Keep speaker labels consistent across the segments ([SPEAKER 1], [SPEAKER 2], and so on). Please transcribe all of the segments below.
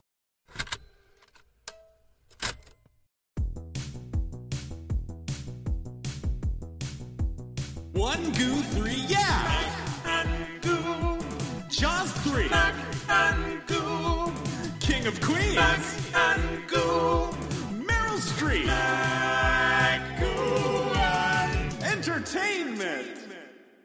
[SPEAKER 1] One, goo, three, yeah. Jaws three. King of Queens. Meryl Streep. Entertainment.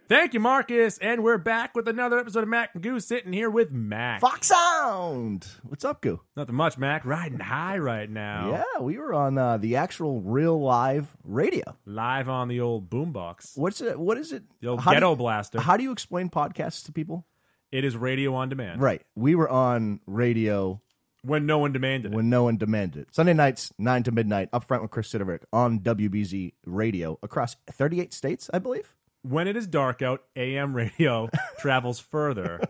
[SPEAKER 2] Thank you, Marcus. And we're back with another episode of Mac and Goo sitting here with Mac.
[SPEAKER 3] Fox Sound. What's up, Goo?
[SPEAKER 2] Nothing much, Mac. Riding high right now.
[SPEAKER 3] Yeah, we were on uh, the actual real live radio.
[SPEAKER 2] Live on the old boombox.
[SPEAKER 3] What's it? What is it?
[SPEAKER 2] The old
[SPEAKER 3] How do
[SPEAKER 2] ghetto
[SPEAKER 3] you-
[SPEAKER 2] blaster.
[SPEAKER 3] How do you explain podcasts to people?
[SPEAKER 2] It is radio on demand.
[SPEAKER 3] Right. We were on radio
[SPEAKER 2] When no one demanded it.
[SPEAKER 3] when no one demanded it. Sunday nights, 9 to midnight, up front with Chris Siderick on WBZ radio across 38 states, I believe.
[SPEAKER 2] When it is dark out, AM radio travels further.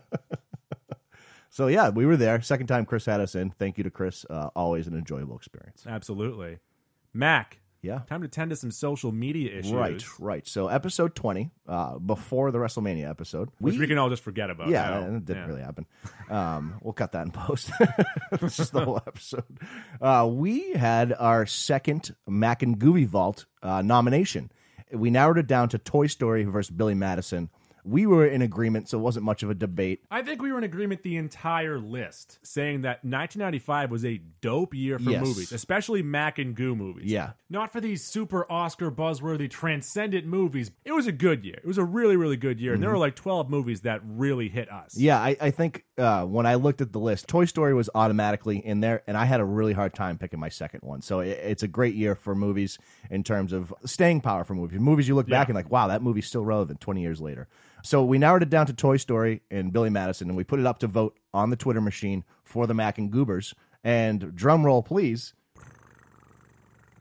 [SPEAKER 3] So, yeah, we were there. Second time Chris had us in. Thank you to Chris. Uh, always an enjoyable experience.
[SPEAKER 2] Absolutely. Mac.
[SPEAKER 3] Yeah.
[SPEAKER 2] Time to tend to some social media issues.
[SPEAKER 3] Right, right. So, episode 20, uh, before the WrestleMania episode.
[SPEAKER 2] Which we, can all just forget about.
[SPEAKER 3] Yeah,
[SPEAKER 2] now.
[SPEAKER 3] and it didn't
[SPEAKER 2] Yeah.
[SPEAKER 3] really happen. Um, we'll cut that in post. this is the whole episode. Uh, we had our second Mac and Gooby Vault uh, nomination. We narrowed it down to Toy Story versus Billy Madison. We were in agreement, so it wasn't much of a debate.
[SPEAKER 2] I think we were in agreement the entire list, saying that 1995 was a dope year for
[SPEAKER 3] Yes.
[SPEAKER 2] movies, especially Mac and Goo movies.
[SPEAKER 3] Yeah.
[SPEAKER 2] Not for these super Oscar buzzworthy transcendent movies. It was a good year. It was a really, really good year. And there were like 12 movies that really hit us.
[SPEAKER 3] Mm-hmm. Yeah, I, I think uh, when I looked at the list, Toy Story was automatically in there, and I had a really hard time picking my second one. So it, it's a great year for movies in terms of staying power for movies. Movies you look back and like, wow, that movie's still relevant 20 years later. So we narrowed it down to Toy Story and Billy Madison, and we put it up to vote on the Twitter machine for the Mac and Goobers. And drum roll, please.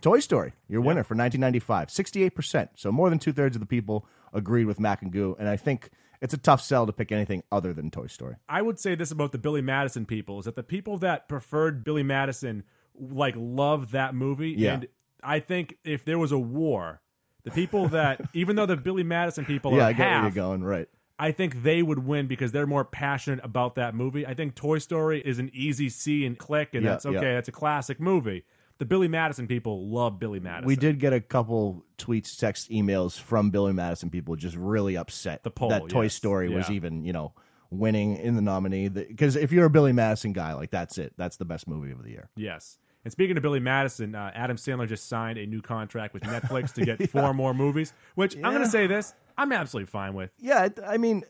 [SPEAKER 3] Toy Story, your winner for 1995, 68%. So more than two thirds of the people agreed with Mac and Goo. And I think it's a tough sell to pick anything other than Toy Story.
[SPEAKER 2] I would say this about the Billy Madison people is that the people that preferred Billy Madison like loved that movie.
[SPEAKER 3] Yeah.
[SPEAKER 2] And I think if there was a war, the people that even though the Billy Madison people
[SPEAKER 3] yeah,
[SPEAKER 2] are
[SPEAKER 3] I get where
[SPEAKER 2] half,
[SPEAKER 3] you're going. Right.
[SPEAKER 2] I think they would win because they're more passionate about that movie. I think Toy Story is an easy see and click, and
[SPEAKER 3] Yeah,
[SPEAKER 2] that's okay.
[SPEAKER 3] yeah.
[SPEAKER 2] That's a classic movie. The Billy Madison people love Billy Madison.
[SPEAKER 3] We did get a couple tweets, text, emails from Billy Madison people just really upset
[SPEAKER 2] The poll,
[SPEAKER 3] that Toy
[SPEAKER 2] yes.
[SPEAKER 3] Story was
[SPEAKER 2] Yeah.
[SPEAKER 3] even, you know, winning in the nominee. Because if you're a Billy Madison guy, like that's it. That's the best movie of the year.
[SPEAKER 2] Yes. And speaking of Billy Madison, uh, Adam Sandler just signed a new contract with Netflix to get four more movies, which I'm going
[SPEAKER 3] Yeah.
[SPEAKER 2] to say this I'm absolutely fine with.
[SPEAKER 3] Yeah, it- I mean,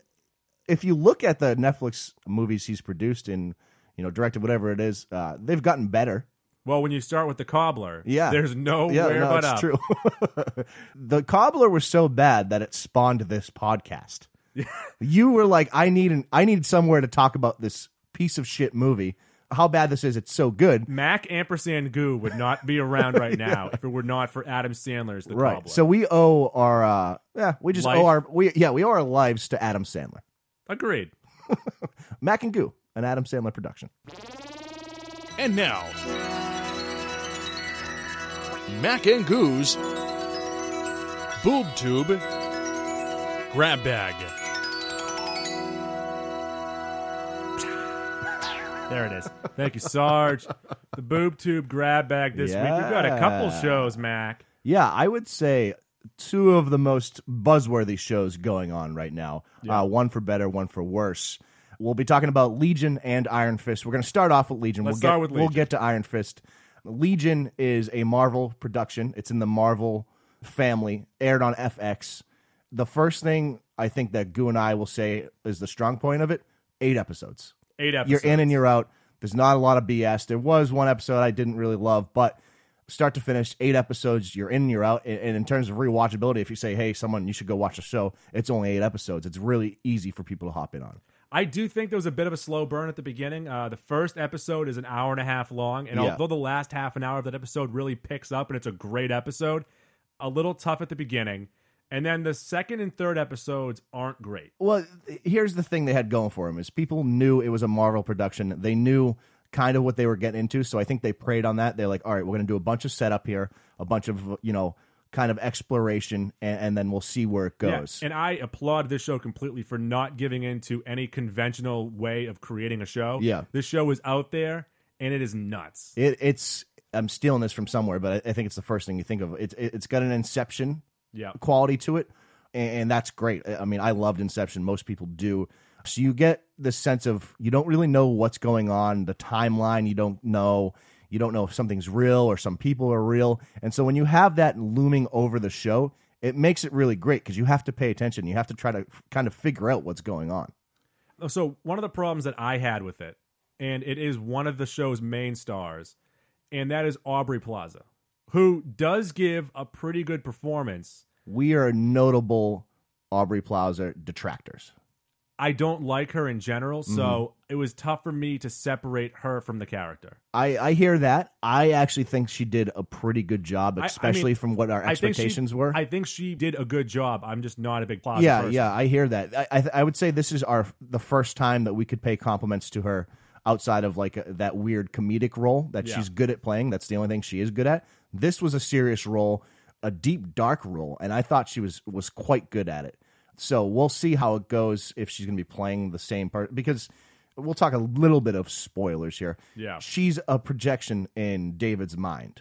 [SPEAKER 3] if you look at the Netflix movies he's produced and, you know, directed, whatever it is, uh, they've gotten better.
[SPEAKER 2] Well, when you start with The Cobbler,
[SPEAKER 3] Yeah.
[SPEAKER 2] there's nowhere
[SPEAKER 3] yeah, no,
[SPEAKER 2] but
[SPEAKER 3] it's
[SPEAKER 2] up.
[SPEAKER 3] true. the cobbler was so bad that it spawned this podcast. you were like, I need an, I need somewhere to talk about this piece of shit movie. How bad this is, it's so good.
[SPEAKER 2] Mac ampersand Goo would not be around right now if it were not for Adam Sandler's The
[SPEAKER 3] Right.
[SPEAKER 2] Cobbler.
[SPEAKER 3] So we owe our uh yeah, we just
[SPEAKER 2] Life.
[SPEAKER 3] owe our we yeah, we owe our lives to Adam Sandler.
[SPEAKER 2] agreed.
[SPEAKER 3] Mac and Goo, an Adam Sandler production.
[SPEAKER 1] And now, Mac and Goo's Boob Tube Grab Bag.
[SPEAKER 2] There it is. Thank you, Sarge. the boob tube grab bag this week. We've got a couple
[SPEAKER 3] Yeah.
[SPEAKER 2] shows, Mac.
[SPEAKER 3] Yeah, I would say two of the most buzzworthy shows going on right now. Uh, one for better, one for worse. We'll be talking about Legion and Iron Fist. We're going to start off with Legion.
[SPEAKER 2] Let's
[SPEAKER 3] we'll
[SPEAKER 2] start
[SPEAKER 3] get,
[SPEAKER 2] with
[SPEAKER 3] We'll
[SPEAKER 2] Legion.
[SPEAKER 3] get to Iron Fist. Legion is a Marvel production. It's in the Marvel family, aired on FX. The first thing I think that Goo and I will say is the strong point of it: eight episodes
[SPEAKER 2] Eight episodes.
[SPEAKER 3] you're in and you're out. There's not a lot of BS. There was one episode I didn't really love, but start to finish, eight episodes, you're in and you're out. And, and in terms of rewatchability, if you say, hey, someone, you should go watch the show, it's only eight episodes. It's really easy for people to hop in on.
[SPEAKER 2] I do think there was a bit of a slow burn at the beginning. Uh, the first episode is an hour and a half long, and
[SPEAKER 3] Yeah.
[SPEAKER 2] although the last half an hour of that episode really picks up and it's a great episode, a little tough at the beginning. And then the second and third episodes aren't great.
[SPEAKER 3] Well, here's the thing they had going for him is people knew it was a Marvel production. They knew kind of what they were getting into, so I think they preyed on that. They're like, all right, we're going to do a bunch of setup here, a bunch of you know kind of exploration, and, and then we'll see where it
[SPEAKER 2] Yeah,
[SPEAKER 3] goes.
[SPEAKER 2] And I applaud this show completely for not giving in to any conventional way of creating a show.
[SPEAKER 3] Yeah.
[SPEAKER 2] This show is out there and it is nuts.
[SPEAKER 3] it, it's I'm stealing this from somewhere, but I, I think it's the first thing you think of. It's it, it's got an Inception
[SPEAKER 2] Yeah.
[SPEAKER 3] quality to it, and, and that's great. I I mean, I loved Inception. Most people do. So you get the sense of you don't really know what's going on, the timeline you don't know, you don't know if something's real or some people are real, and so when you have that looming over the show, it makes it really great because you have to pay attention. You have to try to f- kind of figure out what's going on.
[SPEAKER 2] So one of the problems that I had with it, and it is one of the show's main stars, and that is Aubrey Plaza, who does give a pretty good performance.
[SPEAKER 3] We are notable Aubrey Plaza detractors.
[SPEAKER 2] I don't like her in general, so
[SPEAKER 3] Mm-hmm.
[SPEAKER 2] it was tough for me to separate her from the character.
[SPEAKER 3] I, I hear that. I actually think she did a pretty good job,
[SPEAKER 2] I- I
[SPEAKER 3] especially
[SPEAKER 2] mean,
[SPEAKER 3] from what our
[SPEAKER 2] I think she-
[SPEAKER 3] expectations were.
[SPEAKER 2] I think she did a good job. I'm just not a big Plaza
[SPEAKER 3] yeah,
[SPEAKER 2] person.
[SPEAKER 3] yeah, I hear that. I, I I would say this is our the first time that we could pay compliments to her outside of like uh that weird comedic role that
[SPEAKER 2] Yeah.
[SPEAKER 3] she's good at playing. That's the only thing she is good at. This was a serious role, a deep dark role, and I thought she was was quite good at it. So we'll see how it goes if she's going to be playing the same part because we'll talk a little bit of spoilers here.
[SPEAKER 2] Yeah.
[SPEAKER 3] she's a projection in David's mind.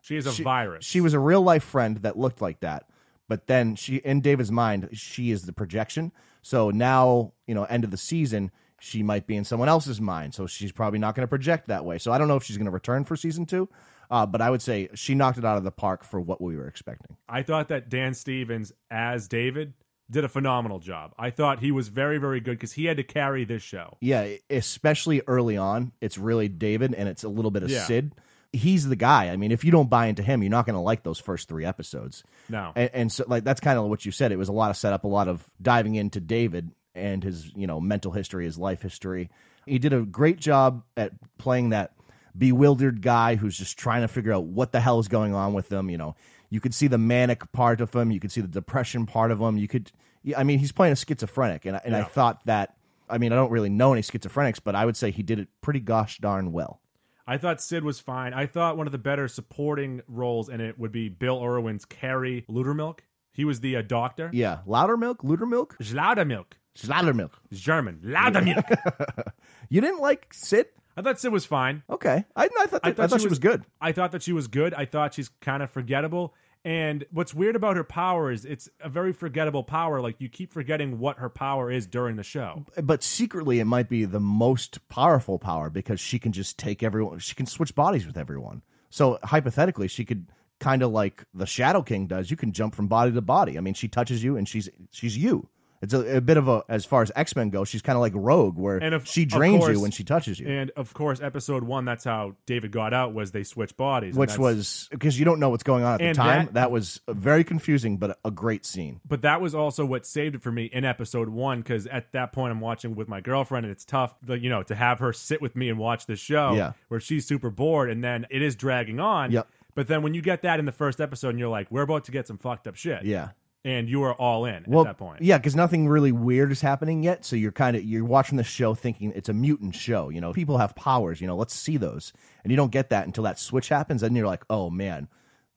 [SPEAKER 2] She is a virus.
[SPEAKER 3] She was a real life friend that looked like that. But then she, in David's mind, she is the projection. So now, you know, end of the season, she might be in someone else's mind. So she's probably not going to project that way. So I don't know if she's going to return for season two. Uh, but I would say she knocked it out of the park for what we were expecting.
[SPEAKER 2] I thought that Dan Stevens as David did a phenomenal job. I thought he was very, very good because he had to carry this show.
[SPEAKER 3] Yeah, e, especially early on, it's really David and it's a little bit of
[SPEAKER 2] Yeah.
[SPEAKER 3] Sid. He's the guy. I mean, if you don't buy into him, you're not going to like those first three episodes.
[SPEAKER 2] No.
[SPEAKER 3] and, and so like that's kind of what you said. It was a lot of setup, a lot of diving into David and his you know mental history, his life history. He did a great job at playing that bewildered guy who's just trying to figure out what the hell is going on with them. You know, you could see the manic part of him, you could see the depression part of him. You could, yeah, I mean, he's playing a schizophrenic, and I- and I thought that. I mean, I don't really know any schizophrenics, but I would say he did it pretty gosh darn well.
[SPEAKER 2] I thought Sid was fine. I thought one of the better supporting roles in it would be Bill Irwin's Carrie Ludermilk. He was the uh, doctor.
[SPEAKER 3] Yeah, louder milk, luder milk,
[SPEAKER 2] Zlaudermilk.
[SPEAKER 3] louder milk.
[SPEAKER 2] German. Zlaudermilk.
[SPEAKER 3] You didn't like Sid?
[SPEAKER 2] I thought Sid was fine.
[SPEAKER 3] Okay, I, I thought that, I thought, she was good.
[SPEAKER 2] I thought that she was good. I thought she's kind of forgettable. And what's weird about her power is it's a very forgettable power. Like you keep forgetting what her power is during the show.
[SPEAKER 3] but secretly it might be the most powerful power because she can just take everyone she can switch bodies with everyone so hypothetically she could kind of like the shadow king does you can jump from body to body i mean she touches you and she's she's you it's a, a bit of a as far as x-men go she's kind of like rogue where
[SPEAKER 2] And of-
[SPEAKER 3] she
[SPEAKER 2] of
[SPEAKER 3] drains
[SPEAKER 2] course-
[SPEAKER 3] you when she touches you
[SPEAKER 2] And of course, episode one, that's how David got out was they switched bodies. and
[SPEAKER 3] which
[SPEAKER 2] that's-
[SPEAKER 3] was because you don't know what's going on at the
[SPEAKER 2] And
[SPEAKER 3] time
[SPEAKER 2] that-
[SPEAKER 3] that, was very confusing but a great scene
[SPEAKER 2] but that was also what saved it for me in episode one because at that point I'm watching with my girlfriend and it's tough, like, you know, to have her sit with me and watch the show
[SPEAKER 3] Yeah.
[SPEAKER 2] where she's super bored and then it is dragging on.
[SPEAKER 3] Yep.
[SPEAKER 2] But then when you get that in the first episode and you're like, we're about to get some fucked up shit.
[SPEAKER 3] yeah
[SPEAKER 2] And you are all in
[SPEAKER 3] well,
[SPEAKER 2] at that point.
[SPEAKER 3] Yeah, because nothing really weird is happening yet. So you're kind of you're watching the show thinking it's a mutant show. You know, people have powers. You know, let's see those, and you don't get that until that switch happens, and you're like, oh man.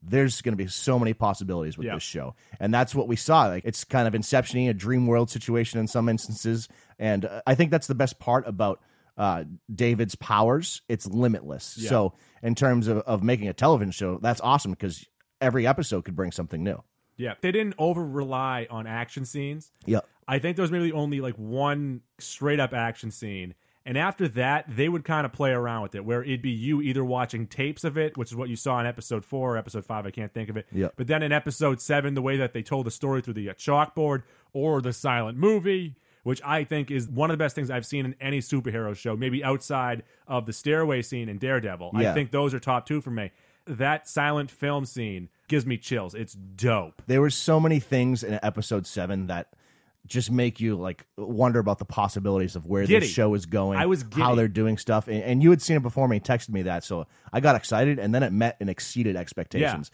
[SPEAKER 3] There's going to be so many possibilities with
[SPEAKER 2] Yeah.
[SPEAKER 3] this show, and that's what we saw. Like it's kind of inceptioning a dream world situation in some instances, and uh, I think that's the best part about uh, David's powers. It's limitless. So in terms of, of making a television show, that's awesome because every episode could bring something new.
[SPEAKER 2] Yeah. They didn't over rely on action scenes.
[SPEAKER 3] Yep.
[SPEAKER 2] I think there was maybe only like one straight up action scene. And after that, they would kind of play around with it, where it'd be you either watching tapes of it, which is what you saw in episode four or episode five, I can't think of it.
[SPEAKER 3] Yeah.
[SPEAKER 2] But then in episode seven, the way that they told the story through the uh, chalkboard or the silent movie, which I think is one of the best things I've seen in any superhero show, maybe outside of the stairway scene in Daredevil. I
[SPEAKER 3] Yeah.
[SPEAKER 2] think those are top two for me. That silent film scene gives me chills. It's dope.
[SPEAKER 3] there were so many things in episode seven that just make you like wonder about the possibilities of where
[SPEAKER 2] Giddy.
[SPEAKER 3] this show is going.
[SPEAKER 2] I was
[SPEAKER 3] how
[SPEAKER 2] giddy.
[SPEAKER 3] they're doing stuff, and, and you had seen it before me. and Texted me that, so I got excited, and then it met and exceeded expectations.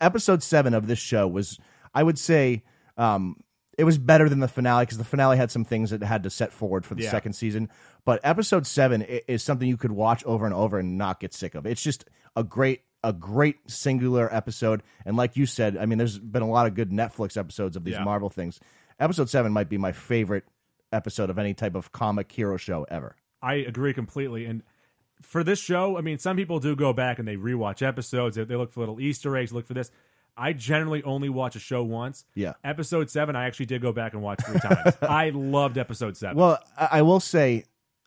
[SPEAKER 3] Episode seven of this show was, I would say, um, it was better than the finale because the finale had some things that it had to set forward for the
[SPEAKER 2] Yeah.
[SPEAKER 3] second season. But episode seven i- is something you could watch over and over and not get sick of. It's just a great. A great singular episode, and like you said, I mean, there's been a lot of good Netflix episodes of these
[SPEAKER 2] Yeah.
[SPEAKER 3] Marvel things. Episode seven might be my favorite episode of any type of comic hero show ever.
[SPEAKER 2] I agree completely. And for this show, I mean, some people do go back and they rewatch episodes. They, they look for little Easter eggs, look for this. I generally only watch a show once.
[SPEAKER 3] Yeah.
[SPEAKER 2] Episode seven, I actually did go back and watch three times. I loved episode seven.
[SPEAKER 3] Well, I, I will say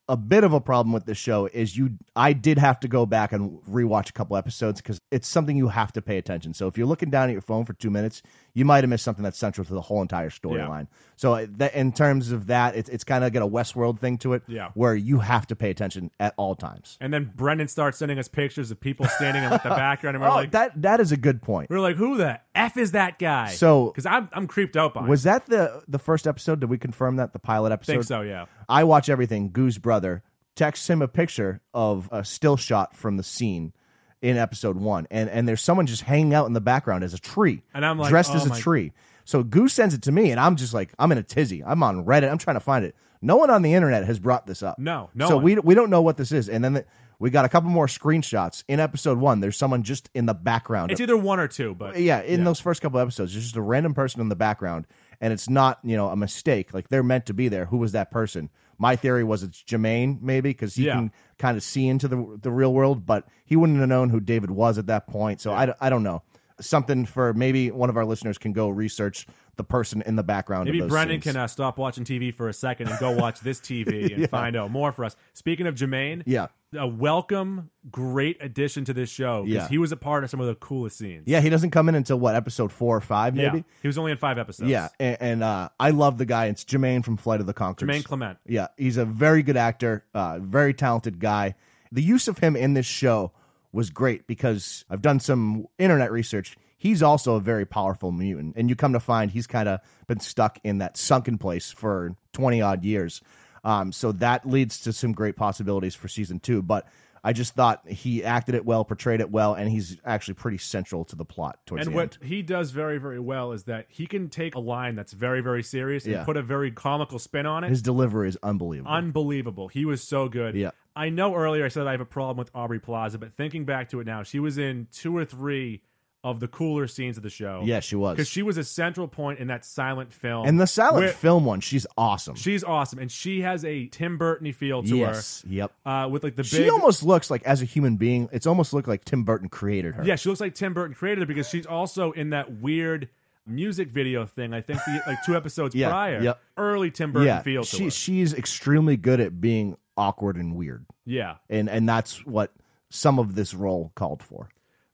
[SPEAKER 3] a bit of a problem with this show is you. I did have to go back and rewatch a couple episodes because it's something you have to pay attention. So if you're looking down at your phone for two minutes, you might have missed something that's central to the whole entire storyline. So I- that, in terms of that, it's it's kind of got a Westworld thing to it,
[SPEAKER 2] Yeah.
[SPEAKER 3] where you have to pay attention at all times.
[SPEAKER 2] and then Brendan starts sending us pictures of people standing in like, the background, and we're
[SPEAKER 3] oh,
[SPEAKER 2] like,
[SPEAKER 3] that that is a good point.
[SPEAKER 2] we're like, who the f is that guy?
[SPEAKER 3] So-
[SPEAKER 2] because I'm I'm creeped out by.
[SPEAKER 3] Was that the the first episode? Did we confirm that the pilot
[SPEAKER 2] it.
[SPEAKER 3] episode?
[SPEAKER 2] I think so? Yeah.
[SPEAKER 3] I watch everything. Goo's brother texts him a picture of a still shot from the scene in episode one, and and there's someone just hanging out in the background as a tree,
[SPEAKER 2] And I'm like,
[SPEAKER 3] dressed
[SPEAKER 2] oh
[SPEAKER 3] as a
[SPEAKER 2] my-
[SPEAKER 3] tree. So Goo sends it to me, and I'm just like, I'm in a tizzy. I'm on Reddit. I'm trying to find it. No one on the internet has brought this up.
[SPEAKER 2] No, no
[SPEAKER 3] So
[SPEAKER 2] one.
[SPEAKER 3] we we don't know what this is, and then. The, we got a couple more screenshots in episode one. There's someone just in the background
[SPEAKER 2] It's either one or two, but
[SPEAKER 3] yeah, in those first couple episodes, there's just a random person in the background, and it's not you know a mistake. Like they're meant to be there. Who was that person? My theory was it's Jermaine, maybe because he
[SPEAKER 2] Yeah.
[SPEAKER 3] can kind of see into the the real world, but he wouldn't have known who David was at that point. So I d- I, don't know. Something for maybe one of our listeners can go research the person in the background.
[SPEAKER 2] Maybe
[SPEAKER 3] of those
[SPEAKER 2] Brendan
[SPEAKER 3] scenes.
[SPEAKER 2] can uh, stop watching TV for a second and go watch this TV and find out more for us. Speaking of Jermaine,
[SPEAKER 3] Yeah.
[SPEAKER 2] a welcome, great addition to this show because
[SPEAKER 3] Yeah.
[SPEAKER 2] he was a part of some of the coolest scenes.
[SPEAKER 3] Yeah, he doesn't come in until what episode four or five,
[SPEAKER 2] Yeah.
[SPEAKER 3] maybe.
[SPEAKER 2] he was only in five episodes.
[SPEAKER 3] Yeah, and, and uh, I love the guy. It's Jermaine from Flight of the Conchords.
[SPEAKER 2] Jermaine Clement.
[SPEAKER 3] Yeah, he's a very good actor, uh, very talented guy. The use of him in this show was great because I've done some internet research. He's also a very powerful mutant, and you come to find he's kind of been stuck in that sunken place for twenty odd years. Um, so that leads to some great possibilities for season two. But I just thought he acted it well, portrayed it well, and he's actually pretty central to the plot towards
[SPEAKER 2] And
[SPEAKER 3] the
[SPEAKER 2] what
[SPEAKER 3] end.
[SPEAKER 2] he does very, very well is that he can take a line that's very, very serious and
[SPEAKER 3] Yeah.
[SPEAKER 2] put a very comical spin on it.
[SPEAKER 3] His delivery is unbelievable.
[SPEAKER 2] Unbelievable. He was so good.
[SPEAKER 3] Yeah.
[SPEAKER 2] I know earlier I said I have a problem with Aubrey Plaza, but thinking back to it now, she was in two or three of the cooler scenes of the show.
[SPEAKER 3] Yeah, she was.
[SPEAKER 2] Because she was a central point in that silent film.
[SPEAKER 3] And the silent
[SPEAKER 2] where-
[SPEAKER 3] film one, she's awesome.
[SPEAKER 2] She's awesome, and she has a Tim Burton feel to
[SPEAKER 3] yes, yep.
[SPEAKER 2] her. Uh, with like the big,
[SPEAKER 3] She almost looks like as a human being. It's almost looked like Tim Burton created her.
[SPEAKER 2] yeah, she looks like Tim Burton created her because she's also in that weird music video thing. I think the, like two episodes
[SPEAKER 3] Yeah,
[SPEAKER 2] prior,
[SPEAKER 3] yep.
[SPEAKER 2] early Tim Burton
[SPEAKER 3] yeah.
[SPEAKER 2] feel to
[SPEAKER 3] she
[SPEAKER 2] her.
[SPEAKER 3] she's extremely good at being awkward and weird,
[SPEAKER 2] yeah,
[SPEAKER 3] and and that's what some of this role called for.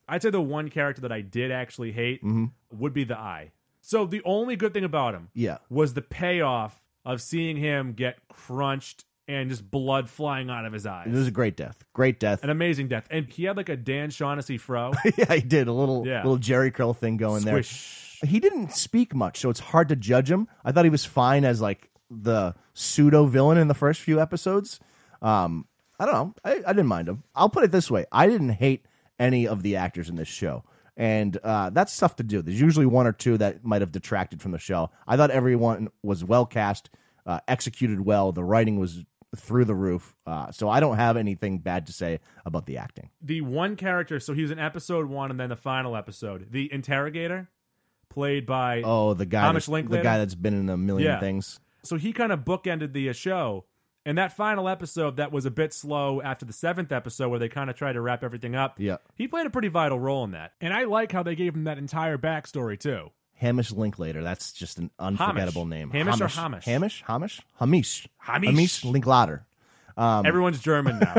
[SPEAKER 2] I'd say the one character that I did actually hate would be the Eye. So the only good thing about him,
[SPEAKER 3] Mm-hmm. Yeah.
[SPEAKER 2] was the payoff of seeing him get crunched and just blood flying out of his eyes.
[SPEAKER 3] It was a great death, great death.
[SPEAKER 2] an amazing death, and he had like a Dan Shaughnessy fro.
[SPEAKER 3] yeah, he did a little
[SPEAKER 2] Yeah.
[SPEAKER 3] little Jerry curl thing going
[SPEAKER 2] Squish.
[SPEAKER 3] there. He didn't speak much, so it's hard to judge him. I thought he was fine as like the pseudo villain in the first few episodes. Um, I don't know. I, I didn't mind him. I'll put it this way: I didn't hate any of the actors in this show, and uh, that's tough to do. There's usually one or two that might have detracted from the show. I thought everyone was well cast, uh, executed well. The writing was through the roof, uh, so I don't have anything bad to say about the acting.
[SPEAKER 2] the one character so he was in episode one and then the final episode the interrogator played by
[SPEAKER 3] Oh, the guy,
[SPEAKER 2] Hamish
[SPEAKER 3] that-
[SPEAKER 2] Linklater?
[SPEAKER 3] the guy that's been in a million
[SPEAKER 2] Yeah.
[SPEAKER 3] things.
[SPEAKER 2] so he kind of bookended the uh, show and that final episode that was a bit slow after the seventh episode where they kind of tried to wrap everything up
[SPEAKER 3] Yeah.
[SPEAKER 2] he played a pretty vital role in that and i like how they gave him that entire backstory too
[SPEAKER 3] Hamish Linklater. That's just an unforgettable name.
[SPEAKER 2] Hamish or Hamish?
[SPEAKER 3] Hamish. Hamish. Hamish.
[SPEAKER 2] Hamish.
[SPEAKER 3] Linklater. Um,
[SPEAKER 2] everyone's german now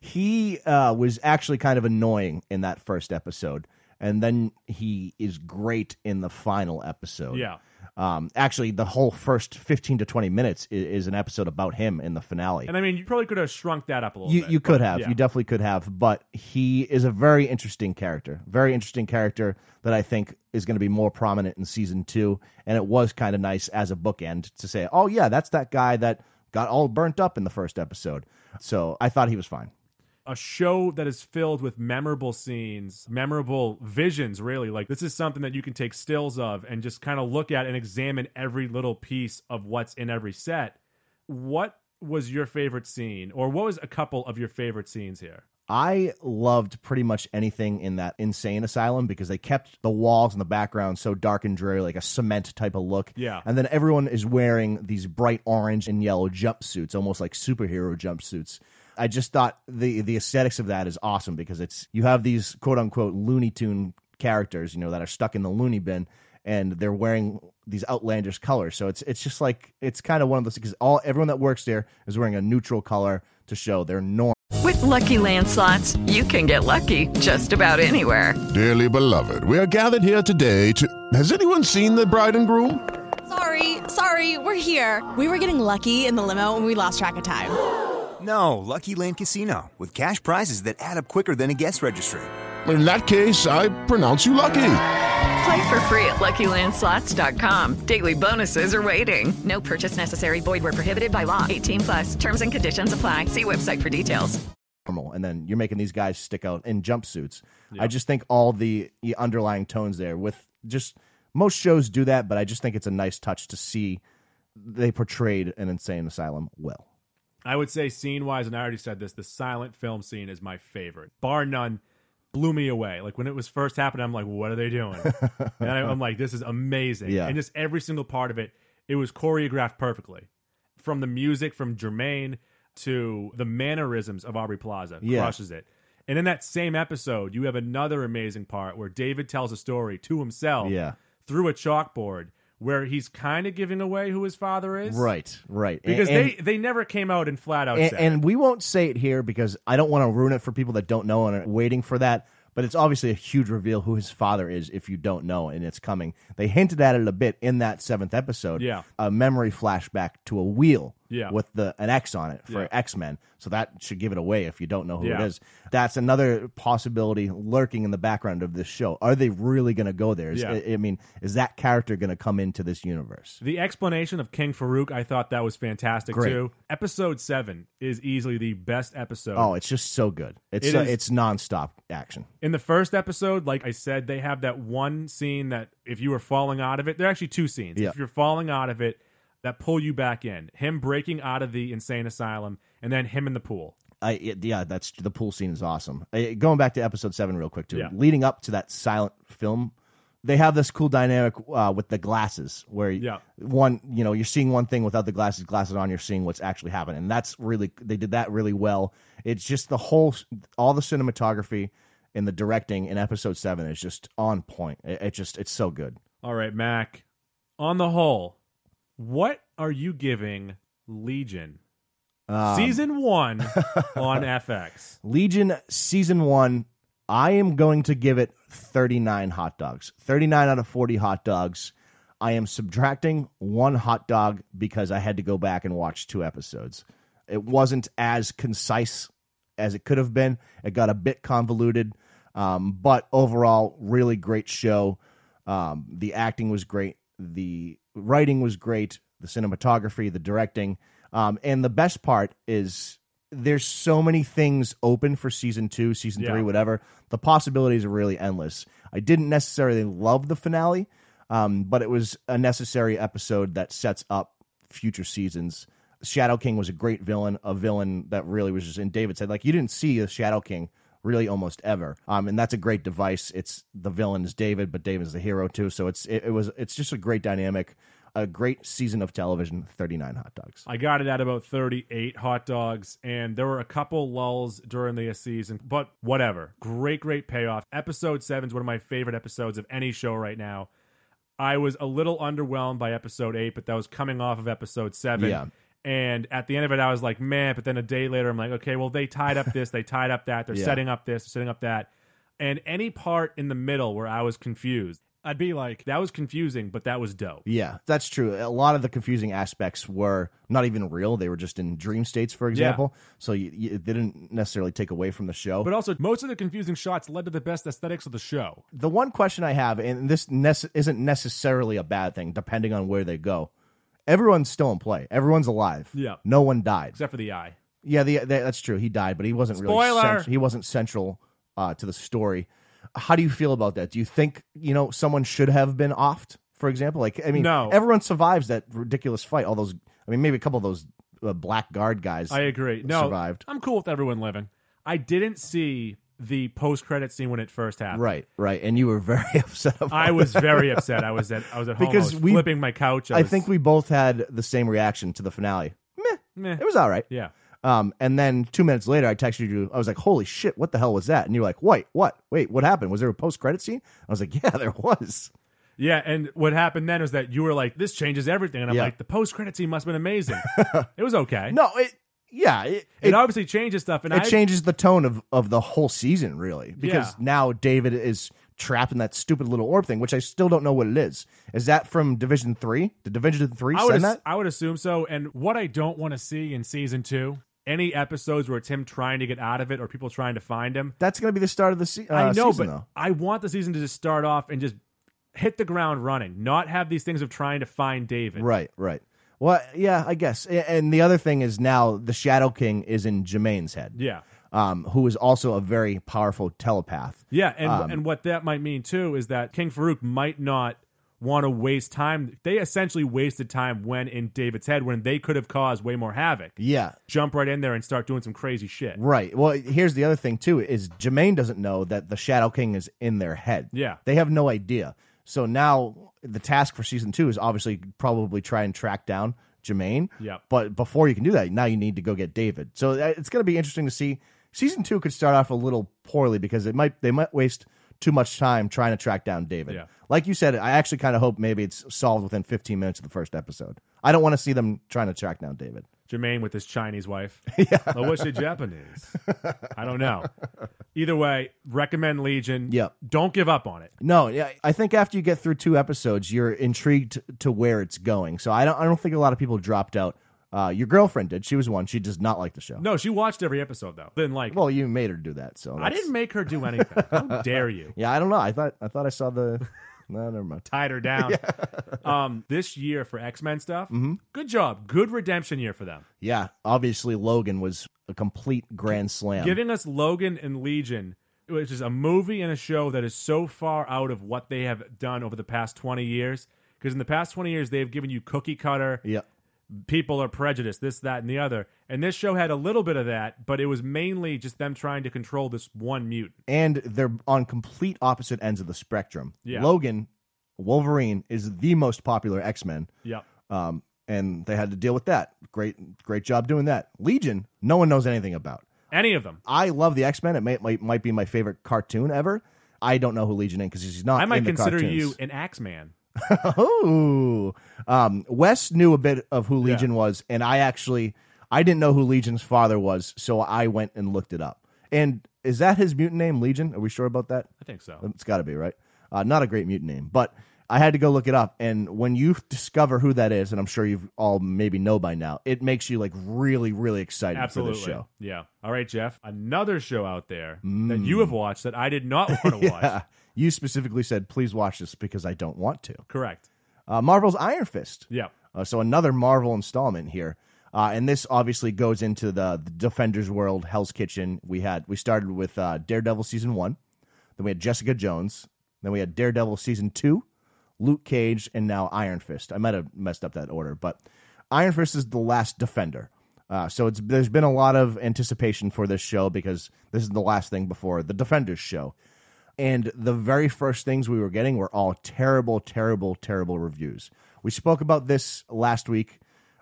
[SPEAKER 3] He uh, was actually kind of annoying in that first episode, and then he is great in the final episode.
[SPEAKER 2] yeah
[SPEAKER 3] Um, actually, the whole first fifteen to twenty minutes is, is an episode about him in the finale.
[SPEAKER 2] And I mean, you probably could have shrunk that up a little
[SPEAKER 3] You,
[SPEAKER 2] bit.
[SPEAKER 3] you could
[SPEAKER 2] but,
[SPEAKER 3] have.
[SPEAKER 2] yeah.
[SPEAKER 3] You definitely could have. But he is a very interesting character. Very interesting character that I think is going to be more prominent in season two. And it was kind of nice as a bookend to say, oh, yeah, that's that guy that got all burnt up in the first episode. So I thought he was fine.
[SPEAKER 2] a show that is filled with memorable scenes, memorable visions, really. Like, this is something that you can take stills of and just kind of look at and examine every little piece of what's in every set. What was your favorite scene, or what was a couple of your favorite scenes here?
[SPEAKER 3] I loved pretty much anything in that insane asylum because they kept the walls and the background so dark and dreary, like a cement type of look.
[SPEAKER 2] Yeah.
[SPEAKER 3] And then everyone is wearing these bright orange and yellow jumpsuits, almost like superhero jumpsuits. I just thought the the aesthetics of that is awesome because it's you have these quote unquote Looney Tune characters, you know, that are stuck in the loony bin and they're wearing these outlandish colors. So it's it's just like it's kind of one of those because all everyone that works there is wearing a neutral color to show their norm.
[SPEAKER 4] With Lucky Land slots, you can get lucky just about anywhere.
[SPEAKER 5] Dearly beloved, we are gathered here today to. Has anyone seen the bride and groom?
[SPEAKER 6] Sorry, sorry, we're here. We were getting lucky in the limo and we lost track of time.
[SPEAKER 7] No, Lucky Land Casino, with cash prizes that add up quicker than a guest registry.
[SPEAKER 5] In that case, I pronounce you lucky.
[SPEAKER 4] Play for free at LuckyLandSlots.com. Daily bonuses are waiting. No purchase necessary. Void were prohibited by law. 18 plus. Terms and conditions apply. See website for details.
[SPEAKER 3] normal and then you're making these guys stick out in jumpsuits i just think all the the underlying tones there with just most shows do that but i just think it's a nice touch to see they portrayed an insane asylum well
[SPEAKER 2] I would say scene wise, and I already said this, the silent film scene is my favorite. Bar none, blew me away. Like when it was first happening, I'm like, what are they doing? and I, I'm like, this is amazing.
[SPEAKER 3] Yeah.
[SPEAKER 2] And just every single part of it, it was choreographed perfectly. From the music from Jermaine to the mannerisms of Aubrey Plaza,
[SPEAKER 3] Yeah.
[SPEAKER 2] crushes it. And in that same episode, you have another amazing part where David tells a story to himself
[SPEAKER 3] Yeah.
[SPEAKER 2] through a chalkboard where he's kind of giving away who his father is.
[SPEAKER 3] right right
[SPEAKER 2] Because
[SPEAKER 3] And-
[SPEAKER 2] they, they never came out and flat out
[SPEAKER 3] and,
[SPEAKER 2] said
[SPEAKER 3] and we won't say it here because i don't want to ruin it for people that don't know and are waiting for that but it's obviously a huge reveal who his father is if you don't know and it's coming they hinted at it a bit in that seventh episode
[SPEAKER 2] Yeah.
[SPEAKER 3] a memory flashback to a wheel
[SPEAKER 2] Yeah.
[SPEAKER 3] with the an X on it for
[SPEAKER 2] Yeah.
[SPEAKER 3] X Men. So that should give it away if you don't know who
[SPEAKER 2] Yeah.
[SPEAKER 3] it is. That's another possibility lurking in the background of this show. Are they really going to go there? Is,
[SPEAKER 2] Yeah.
[SPEAKER 3] I, I mean, is that character going to come into this universe?
[SPEAKER 2] The explanation of King Farouk, I thought that was fantastic
[SPEAKER 3] Great.
[SPEAKER 2] too. Episode seven is easily the best episode.
[SPEAKER 3] Oh, it's just so good. It's
[SPEAKER 2] It
[SPEAKER 3] uh,
[SPEAKER 2] is-
[SPEAKER 3] it's nonstop action.
[SPEAKER 2] In the first episode, like I said, they have that one scene that if you were falling out of it, there are actually two scenes.
[SPEAKER 3] Yeah.
[SPEAKER 2] If you're falling out of it, that pull you back in. Him breaking out of the insane asylum, and then him in the pool.
[SPEAKER 3] I it, yeah, that's the pool scene is awesome. Uh, going back to episode seven real quick too.
[SPEAKER 2] Yeah.
[SPEAKER 3] Leading up to that silent film, they have this cool dynamic uh, with the glasses where
[SPEAKER 2] Yeah.
[SPEAKER 3] one you know you're seeing one thing without the glasses glasses on you're seeing what's actually happening and that's really they did that really well it's just the whole all the cinematography and the directing in episode 7 is just on point it, it just it's so good
[SPEAKER 2] All right, Mac. On the whole, what are you giving Legion?
[SPEAKER 3] Um,
[SPEAKER 2] Season one on FX.
[SPEAKER 3] Legion season one. I am going to give it 39 hot dogs. 39 out of 40 hot dogs. I am subtracting one hot dog because I had to go back and watch two episodes. It wasn't as concise as it could have been. It got a bit convoluted, um, but overall, really great show. Um, the acting was great. The writing was great. The cinematography, the directing, um, and the best part is there's so many things open for season two, season
[SPEAKER 2] Yeah.
[SPEAKER 3] three, whatever. The possibilities are really endless. I didn't necessarily love the finale, um, but it was a necessary episode that sets up future seasons. Shadow King was a great villain, a villain that really was just. And David said, like, you didn't see a Shadow King really almost ever, um, and that's a great device. It's the villain is David, but David's the hero too. So it's it, it was it's just a great dynamic, a great season of television. Thirty nine hot dogs.
[SPEAKER 2] I got it at about 38 hot dogs, and there were a couple lulls during the season, but whatever. Great, great payoff. Episode 7 is one of my favorite episodes of any show right now. I was a little underwhelmed by episode 8, but that was coming off of episode 7.
[SPEAKER 3] Yeah.
[SPEAKER 2] And at the end of it, I was like, man, but then a day later, I'm like, okay, well, they tied up this, they tied up that, they're
[SPEAKER 3] Yeah.
[SPEAKER 2] setting up this, setting up that. And any part in the middle where I was confused, I'd be like, that was confusing, but that was dope.
[SPEAKER 3] Yeah, that's true. A lot of the confusing aspects were not even real. They were just in dream states, for example. So you, you, it didn't necessarily take away from the show.
[SPEAKER 2] But uh, also, most of the confusing shots led to the best aesthetics of the show.
[SPEAKER 3] the one question I have, and this nece- isn't necessarily a bad thing, depending on where they go. Everyone's still in play. Everyone's alive.
[SPEAKER 2] Yeah.
[SPEAKER 3] No one died.
[SPEAKER 2] Except for the eye.
[SPEAKER 3] Yeah, the, the, that's true. He died, but he wasn't really
[SPEAKER 2] Spoiler!
[SPEAKER 3] cent- he wasn't central uh, to the story. How do you feel about that? Do you think you know someone should have been offed? For example, like I mean,
[SPEAKER 2] No.
[SPEAKER 3] everyone survives that ridiculous fight. All those, I mean, maybe a couple of those uh, black guard guys.
[SPEAKER 2] I agree. No,
[SPEAKER 3] survived.
[SPEAKER 2] I'm cool with everyone living. I didn't see the post credit scene when it first happened.
[SPEAKER 3] Right, right, and you were very upset. About
[SPEAKER 2] I
[SPEAKER 3] that.
[SPEAKER 2] was very upset. I was at I was at home.
[SPEAKER 3] Because
[SPEAKER 2] I was
[SPEAKER 3] we-
[SPEAKER 2] flipping my couch. I,
[SPEAKER 3] I
[SPEAKER 2] was-
[SPEAKER 3] think we both had the same reaction to the finale. Meh,
[SPEAKER 2] Meh.
[SPEAKER 3] it was all right.
[SPEAKER 2] yeah.
[SPEAKER 3] Um, and then two minutes later, I texted you. I was like, "Holy shit, what the hell was that?" And you're like, "Wait, what? Wait, what happened? Was there a post credit scene?" I was like, "Yeah, there was."
[SPEAKER 2] Yeah, and what happened then was that you were like, "This changes everything," and I'm
[SPEAKER 3] Yeah.
[SPEAKER 2] like, "The post credit scene must have been amazing." it was okay.
[SPEAKER 3] No, it. Yeah, it.
[SPEAKER 2] it,
[SPEAKER 3] It, it,
[SPEAKER 2] obviously changes stuff, and I
[SPEAKER 3] changes the tone of of the whole season, really, because
[SPEAKER 2] Yeah.
[SPEAKER 3] now David is trapped in that stupid little orb thing, which I still don't know what it is. Is that from Division Three? Did Division Three
[SPEAKER 2] I would
[SPEAKER 3] send
[SPEAKER 2] ass-
[SPEAKER 3] that?
[SPEAKER 2] I would assume so. And what I don't want to see in season two, any episodes where it's him trying to get out of it or people trying to find him.
[SPEAKER 3] That's going to be the start of the se- uh,
[SPEAKER 2] I know,
[SPEAKER 3] season,
[SPEAKER 2] but
[SPEAKER 3] though.
[SPEAKER 2] I want the season to just start off and just hit the ground running, not have these things of trying to find David.
[SPEAKER 3] Right, right. Well, yeah, I guess. A- And the other thing is now the Shadow King is in Jermaine's head.
[SPEAKER 2] Yeah.
[SPEAKER 3] um, who is also a very powerful telepath.
[SPEAKER 2] Yeah, and
[SPEAKER 3] Um,
[SPEAKER 2] and what that might mean too is that King Farouk might not want to waste time. They essentially wasted time when in David's head when they could have caused way more havoc.
[SPEAKER 3] Yeah.
[SPEAKER 2] Jump right in there and start doing some crazy shit.
[SPEAKER 3] Right. Well, here's the other thing too: is Jermaine doesn't know that the Shadow King is in their head.
[SPEAKER 2] Yeah.
[SPEAKER 3] they have no idea. So now the task for season two is obviously probably try and track down Jermaine.
[SPEAKER 2] Yep.
[SPEAKER 3] But before you can do that, now you need to go get David. So uh, it's going to be interesting to see. Season two could start off a little poorly because it might they might waste too much time trying to track down David.
[SPEAKER 2] Yeah.
[SPEAKER 3] Like you said, I actually kind of hope maybe it's solved within 15 minutes of the first episode. I don't want to see them trying to track down David.
[SPEAKER 2] Jermaine with his Chinese wife. Or was she Japanese? I don't know. Either way, recommend Legion.
[SPEAKER 3] Yep.
[SPEAKER 2] Don't give up on it.
[SPEAKER 3] No, yeah, I think after you get through two episodes, you're intrigued to where it's going. So I don't, I don't think a lot of people dropped out. Uh, your girlfriend did; she was one. She does not like the show.
[SPEAKER 2] No, she watched every episode though. Then like
[SPEAKER 3] Well, you made her do that, so
[SPEAKER 2] I
[SPEAKER 3] that's-
[SPEAKER 2] didn't make her do anything. How dare you?
[SPEAKER 3] Yeah, I don't know. I thought, I thought I saw the. no, never mind.
[SPEAKER 2] Tied her down. Um, this year for X Men stuff,
[SPEAKER 3] Mm-hmm.
[SPEAKER 2] good job. Good redemption year for them.
[SPEAKER 3] Yeah, obviously Logan was a complete grand slam.
[SPEAKER 2] giving us Logan and Legion, which is a movie and a show that is so far out of what they have done over the past 20 years. Because in the past 20 years, they've given you cookie cutter,
[SPEAKER 3] yeah,
[SPEAKER 2] people are prejudiced, this, that, and the other. And this show had a little bit of that, but it was mainly just them trying to control this one mutant.
[SPEAKER 3] and they're on complete opposite ends of the spectrum.
[SPEAKER 2] Yeah.
[SPEAKER 3] Logan, Wolverine is the most popular X Men.
[SPEAKER 2] Yep.
[SPEAKER 3] um, and they had to deal with that. Great, great job doing that. Legion, no one knows anything about.
[SPEAKER 2] Any of them.
[SPEAKER 3] I love the X Men. It may, might might be my favorite cartoon ever. I don't know who Legion is because he's not.
[SPEAKER 2] I might
[SPEAKER 3] Uh, in the
[SPEAKER 2] consider
[SPEAKER 3] cartoons.
[SPEAKER 2] you an Axeman.
[SPEAKER 3] oh, um, Wes knew a bit of who Legion was, and I actually I didn't know who Legion's father was, so I went and looked it up. And is that his mutant name, Legion? Are we sure about that?
[SPEAKER 2] I think so.
[SPEAKER 3] It's got to be right. Uh, not a great mutant name, but I had to go look it up. And when you discover who that is, and I'm sure you've all maybe know by now, it makes you like really, really excited
[SPEAKER 2] Absolutely.
[SPEAKER 3] for this show. Mm.
[SPEAKER 2] Yeah. All right, Jeff. Another show out there that you have watched that I did not want to watch.
[SPEAKER 3] Yeah. You specifically said, "Please watch this because I don't want to."
[SPEAKER 2] Correct.
[SPEAKER 3] Uh, Marvel's Iron Fist.
[SPEAKER 2] Yeah.
[SPEAKER 3] Uh, so another Marvel installment here, uh, and this obviously goes into the, the Defenders world, Hell's Kitchen. We had we started with uh, Daredevil season one, then we had Jessica Jones, then we had Daredevil season two, Luke Cage, and now Iron Fist. I might have messed up that order, but Iron Fist is the last Defender. Uh, so it's there's been a lot of anticipation for this show because this is the last thing before the Defenders show. And the very first things we were getting were all terrible, terrible, terrible reviews. We spoke about this last week.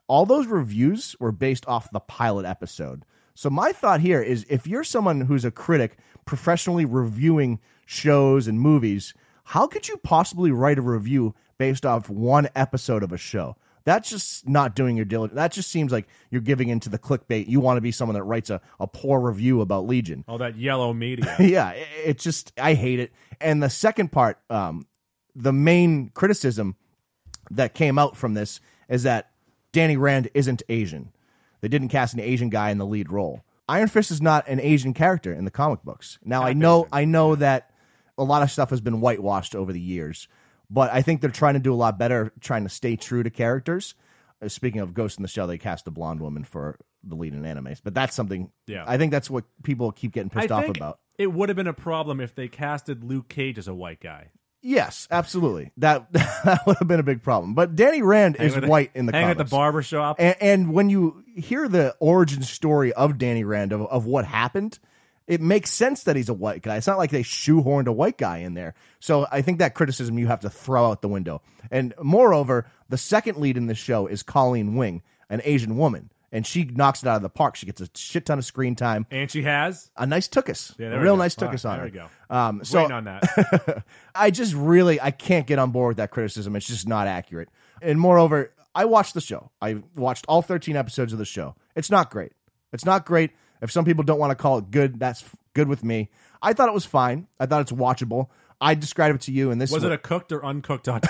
[SPEAKER 3] All those reviews were based off the pilot episode. So, my thought here is if you're someone who's a critic professionally reviewing shows and movies, how could you possibly write a review based off one episode of a show? That's just not doing your diligence. That just seems like you're giving into the clickbait. You want to be someone that writes a, a poor review about Legion
[SPEAKER 2] All that yellow media.
[SPEAKER 3] yeah, it, it just I hate it. And the second part, um, the main criticism that came out from this is that Danny Rand isn't Asian. They didn't cast an Asian guy in the lead role. Iron Fist is not an Asian character in the comic books. Now I know I know that a lot of stuff has been whitewashed over the years, but I think they're trying to do a lot better trying to stay true to characters. Uh, Speaking of Ghost in the Shell, they cast a blonde woman for the lead in animes, but that's something
[SPEAKER 2] Yeah.
[SPEAKER 3] I think that's what people keep getting pissed
[SPEAKER 2] I
[SPEAKER 3] off
[SPEAKER 2] think
[SPEAKER 3] about.
[SPEAKER 2] it would have been a problem if they casted Luke Cage as a white guy.
[SPEAKER 3] Yes, absolutely. That that would have been a big problem. But Danny Rand is
[SPEAKER 2] with-
[SPEAKER 3] white in the
[SPEAKER 2] hang
[SPEAKER 3] comics.
[SPEAKER 2] at the barber shop.
[SPEAKER 3] And, and when you hear the origin story of Danny Rand of, of what happened, it makes sense that he's a white guy. It's not like they shoehorned a white guy in there. So I think that criticism you have to throw out the window. And moreover, the second lead in this show is Colleen Wing, an Asian woman, and she knocks it out of the park. She gets a shit ton of screen time.
[SPEAKER 2] and she has.
[SPEAKER 3] A nice tuckus,
[SPEAKER 2] Yeah, there
[SPEAKER 3] a
[SPEAKER 2] we
[SPEAKER 3] real
[SPEAKER 2] go.
[SPEAKER 3] nice
[SPEAKER 2] All right,
[SPEAKER 3] tuckus on
[SPEAKER 2] there
[SPEAKER 3] her.
[SPEAKER 2] we go.
[SPEAKER 3] Um, so
[SPEAKER 2] Waiting on that.
[SPEAKER 3] I just really I can't get on board with that criticism. It's just not accurate. And moreover, I watched the show. I watched all 13 episodes of the show. It's not great. It's not great. If some people don't want to call it good, that's f- good with me. I thought it was fine. I thought it's watchable. I described it to you, and this
[SPEAKER 2] Was
[SPEAKER 3] is
[SPEAKER 2] it a cooked or uncooked hot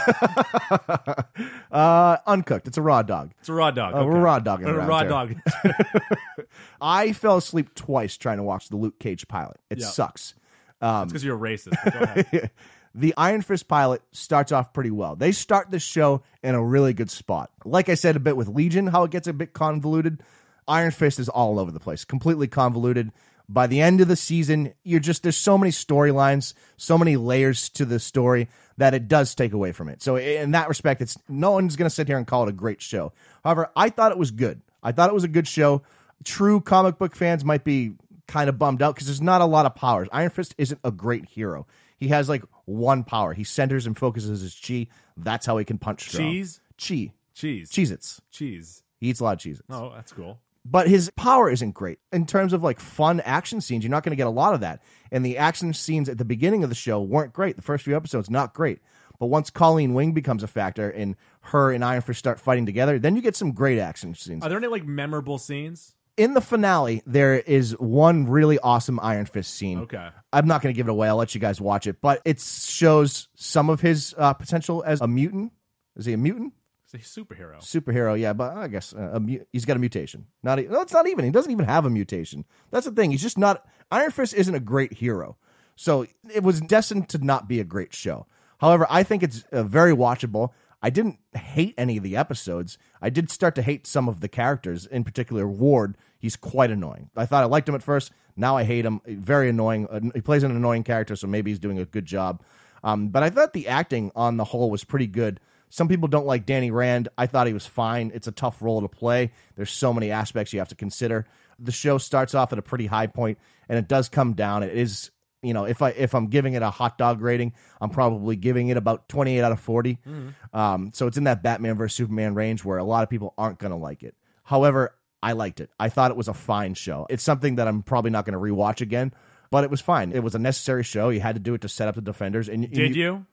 [SPEAKER 3] uh, uncooked. It's a raw dog.
[SPEAKER 2] It's a raw dog.
[SPEAKER 3] Uh, we're
[SPEAKER 2] okay.
[SPEAKER 3] raw dogging
[SPEAKER 2] Uh,
[SPEAKER 3] around
[SPEAKER 2] raw
[SPEAKER 3] here.
[SPEAKER 2] dog.
[SPEAKER 3] I fell asleep twice trying to watch the Luke Cage pilot. It
[SPEAKER 2] Yeah.
[SPEAKER 3] sucks. Um,
[SPEAKER 2] because you're racist. but go ahead.
[SPEAKER 3] the Iron Fist pilot starts off pretty well. They start this show in a really good spot. Like I said a bit with Legion, how it gets a bit convoluted. Iron Fist is all over the place, completely convoluted. By the end of the season, you're just there's so many storylines, so many layers to the story that it does take away from it. So i- in that respect, it's no one's going to sit here and call it a great show. However, I thought it was good. I thought it was a good show. True comic book fans might be kind of bummed out because there's not a lot of powers. Iron Fist isn't a great hero. He has like one power. He centers and focuses his chi. That's how he can punch strong.
[SPEAKER 2] Cheese?
[SPEAKER 3] Chi.
[SPEAKER 2] Cheese.
[SPEAKER 3] Cheez Its.
[SPEAKER 2] Cheese.
[SPEAKER 3] He eats a lot of Cheez Its.
[SPEAKER 2] Oh, that's cool.
[SPEAKER 3] But his power isn't great. In terms of like fun action scenes, you're not going to get a lot of that. And the action scenes at the beginning of the show weren't great. The first few episodes, not great. But once Colleen Wing becomes a factor and her and Iron Fist start fighting together, then you get some great action scenes
[SPEAKER 2] Are there any like memorable scenes?
[SPEAKER 3] in the finale, there is one really awesome Iron Fist scene.
[SPEAKER 2] Okay.
[SPEAKER 3] I'm not going to give it away. I'll let you guys watch it, but it shows some of his uh, potential as a mutant. Is he a mutant?
[SPEAKER 2] It's a superhero.
[SPEAKER 3] Superhero, yeah, but I guess uh, a mu- he's got a mutation. Not e- no, it's not even. He doesn't even have a mutation. That's the thing. He's just not. Iron Fist isn't a great hero, so it was destined to not be a great show. However, I think it's uh, very watchable. I didn't hate any of the episodes. I did start to hate some of the characters, in particular Ward. He's quite annoying. I thought I liked him at first. Now I hate him. Very annoying. Uh, He plays an annoying character, so maybe he's doing a good job. Um, but I thought the acting on the whole was pretty good. Some people don't like Danny Rand. I thought he was fine. It's a tough role to play. There's so many aspects you have to consider. The show starts off at a pretty high point and it does come down. It is, you know, if I if I'm giving it a hot dog rating, I'm probably giving it about 28 out of 40.
[SPEAKER 2] Mm-hmm.
[SPEAKER 3] Um, so it's in that Batman versus Superman range where a lot of people aren't going to like it. However, I liked it. I thought it was a fine show. It's something that I'm probably not going to rewatch again, but it was fine. It was a necessary show. You had to do it to set up the Defenders. And
[SPEAKER 2] Did you?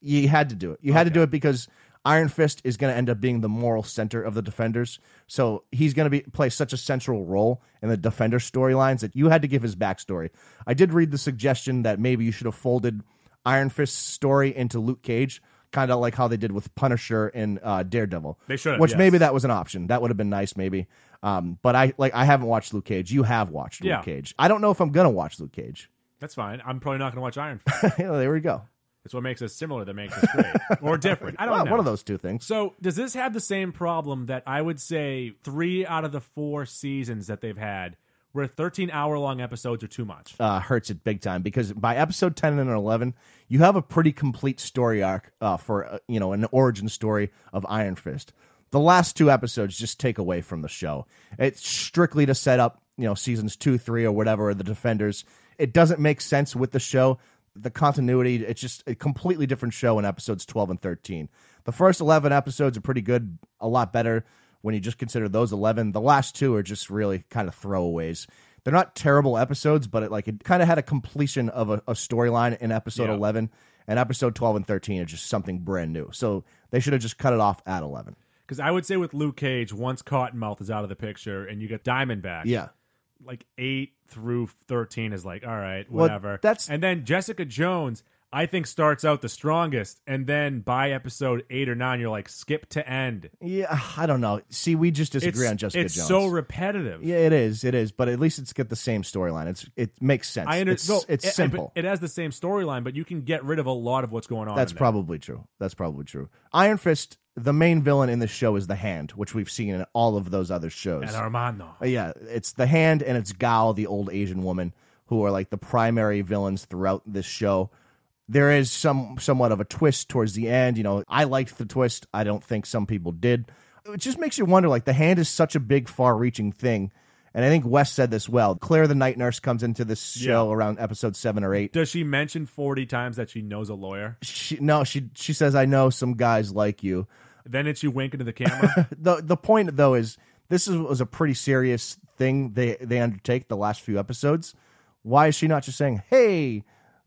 [SPEAKER 3] you had to do it. You had to do it because Iron Fist is going to end up being the moral center of the Defenders. So he's going to be play such a central role in the Defender storylines that you had to give his backstory. I did read the suggestion that maybe you should have folded Iron Fist's story into Luke Cage, kind of like how they did with Punisher and uh, Daredevil.
[SPEAKER 2] They should have,
[SPEAKER 3] which
[SPEAKER 2] yes.
[SPEAKER 3] maybe that was an option. That would have been nice, maybe. Um, but I like I haven't watched Luke Cage. You have watched
[SPEAKER 2] Yeah.
[SPEAKER 3] Luke Cage. I don't know if I'm gonna watch Luke Cage.
[SPEAKER 2] That's fine. I'm probably not going to watch Iron Fist.
[SPEAKER 3] there we go.
[SPEAKER 2] it's what makes us similar that makes us great or different. I don't
[SPEAKER 3] Well,
[SPEAKER 2] know.
[SPEAKER 3] One of those two things.
[SPEAKER 2] So does this have the same problem that I would say three out of the four seasons that they've had, where 13 hour long episodes are too much?
[SPEAKER 3] uh, hurts it big time because by episode 10 and 11 you have a pretty complete story arc uh, for uh, you know an origin story of iron fist the last two episodes just take away from the show it's strictly to set up you know seasons two three or whatever of the defenders it doesn't make sense with the show the continuity it's just a completely different show in episodes 12 and 13 the first 11 episodes are pretty good a lot better when you just consider those 11 the last two are just really kind of throwaways they're not terrible episodes but it like it kind of had a completion of a, a storyline in episode 11 and episode 12 and 13 are just something brand new so they should have just cut it off at 11
[SPEAKER 2] Because I would say with Luke Cage, once Cottonmouth is out of the picture and you get Diamondback,
[SPEAKER 3] yeah
[SPEAKER 2] like eight through thirteen is like all right, whatever.
[SPEAKER 3] that's-
[SPEAKER 2] and then Jessica Jones. I think starts out the strongest, and then by episode eight or nine, you're like skip to end.
[SPEAKER 3] Yeah, I don't know. See, we just disagree
[SPEAKER 2] it's
[SPEAKER 3] on Jessica
[SPEAKER 2] it's
[SPEAKER 3] Jones.
[SPEAKER 2] so repetitive.
[SPEAKER 3] yeah, it is. It is. But at least it's got the same storyline. It's it makes sense.
[SPEAKER 2] I
[SPEAKER 3] understand.
[SPEAKER 2] understand.
[SPEAKER 3] It's, it's simple.
[SPEAKER 2] It, has the same storyline, but you can get rid of a lot of what's going on.
[SPEAKER 3] That's
[SPEAKER 2] in there.
[SPEAKER 3] probably true. That's probably true. Iron Fist, the main villain in this show is the Hand, which we've seen in all of those other shows.
[SPEAKER 2] And Armando.
[SPEAKER 3] Uh, yeah, it's the hand and it's Gao, the old Asian woman, who are like the primary villains throughout this show. There is some somewhat of a twist towards the end. You know, I liked the twist. I don't think some people did. It just makes you wonder. Like the hand is such a big, far-reaching thing, and I think West said this well. Claire, the night nurse, comes into this show around episode seven or eight.
[SPEAKER 2] Does she mention forty times that she knows a lawyer?
[SPEAKER 3] She, no, she she says, "I know some guys like you."
[SPEAKER 2] Then it's you winking to the camera.
[SPEAKER 3] the the point though is this is, was a pretty serious thing they they undertake the last few episodes. Why is she not just saying, "Hey,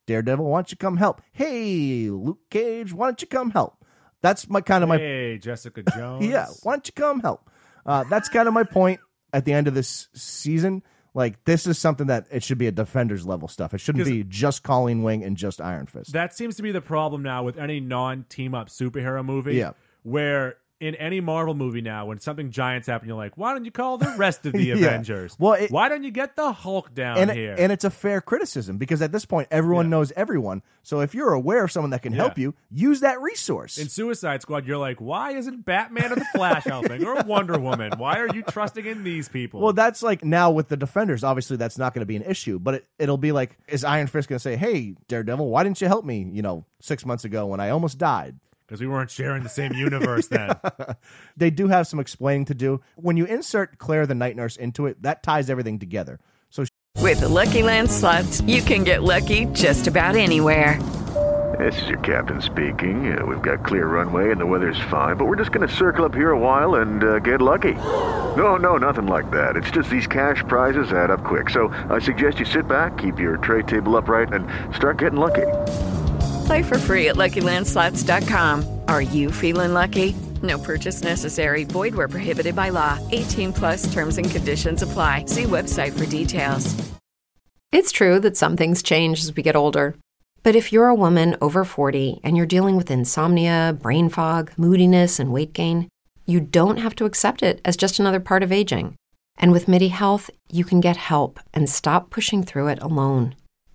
[SPEAKER 3] Daredevil, why don't you come help? Hey, Luke Cage, why don't you come help?" That's my kind of my
[SPEAKER 2] hey, Jessica Jones.
[SPEAKER 3] yeah. Why don't you come help? Uh, that's kind of my point at the end of this season. Like this is something that it should be a defenders level stuff. It shouldn't be just Colleen Wing and just Iron Fist.
[SPEAKER 2] That seems to be the problem now with any non team up superhero movie.
[SPEAKER 3] Yeah.
[SPEAKER 2] Where in any Marvel movie now, when something giant's happened, you're like, why don't you call the rest of the
[SPEAKER 3] Yeah.
[SPEAKER 2] Avengers?
[SPEAKER 3] Well, it-
[SPEAKER 2] why don't you get the Hulk down
[SPEAKER 3] and, it-
[SPEAKER 2] here?
[SPEAKER 3] and it's a fair criticism because at this point everyone knows everyone. So if you're aware of someone that can help you, use that resource.
[SPEAKER 2] in Suicide Squad, you're like, why isn't Batman or the Flash helping or Wonder Woman? Why are you trusting in these people?
[SPEAKER 3] well, that's like now with the defenders. Obviously, that's not going to be an issue, but it, it'll be like, is Iron Fist going to say, "Hey, Daredevil, why didn't you help me? You know, six months ago when I almost died."
[SPEAKER 2] because we weren't sharing the same universe then.
[SPEAKER 3] They do have some explaining to do. When you insert Claire the Night Nurse into it, that ties everything together. So
[SPEAKER 4] With the Lucky Land slots, you can get lucky just about anywhere.
[SPEAKER 8] This is your captain speaking. Uh, we've got clear runway and the weather's fine, but we're just going to circle up here a while and uh, get lucky. No, no, nothing like that. It's just these cash prizes add up quick. So I suggest you sit back, keep your tray table upright, and start getting lucky.
[SPEAKER 4] Play for free at LuckyLandSlots.com. Are you feeling lucky? No purchase necessary. Void where prohibited by law. 18 plus terms and conditions apply. See website for details.
[SPEAKER 9] It's true that some things change as we get older. But if you're a woman over 40 and you're dealing with insomnia, brain fog, moodiness, and weight gain, you don't have to accept it as just another part of aging. And with MIDI Health, you can get help and stop pushing through it alone.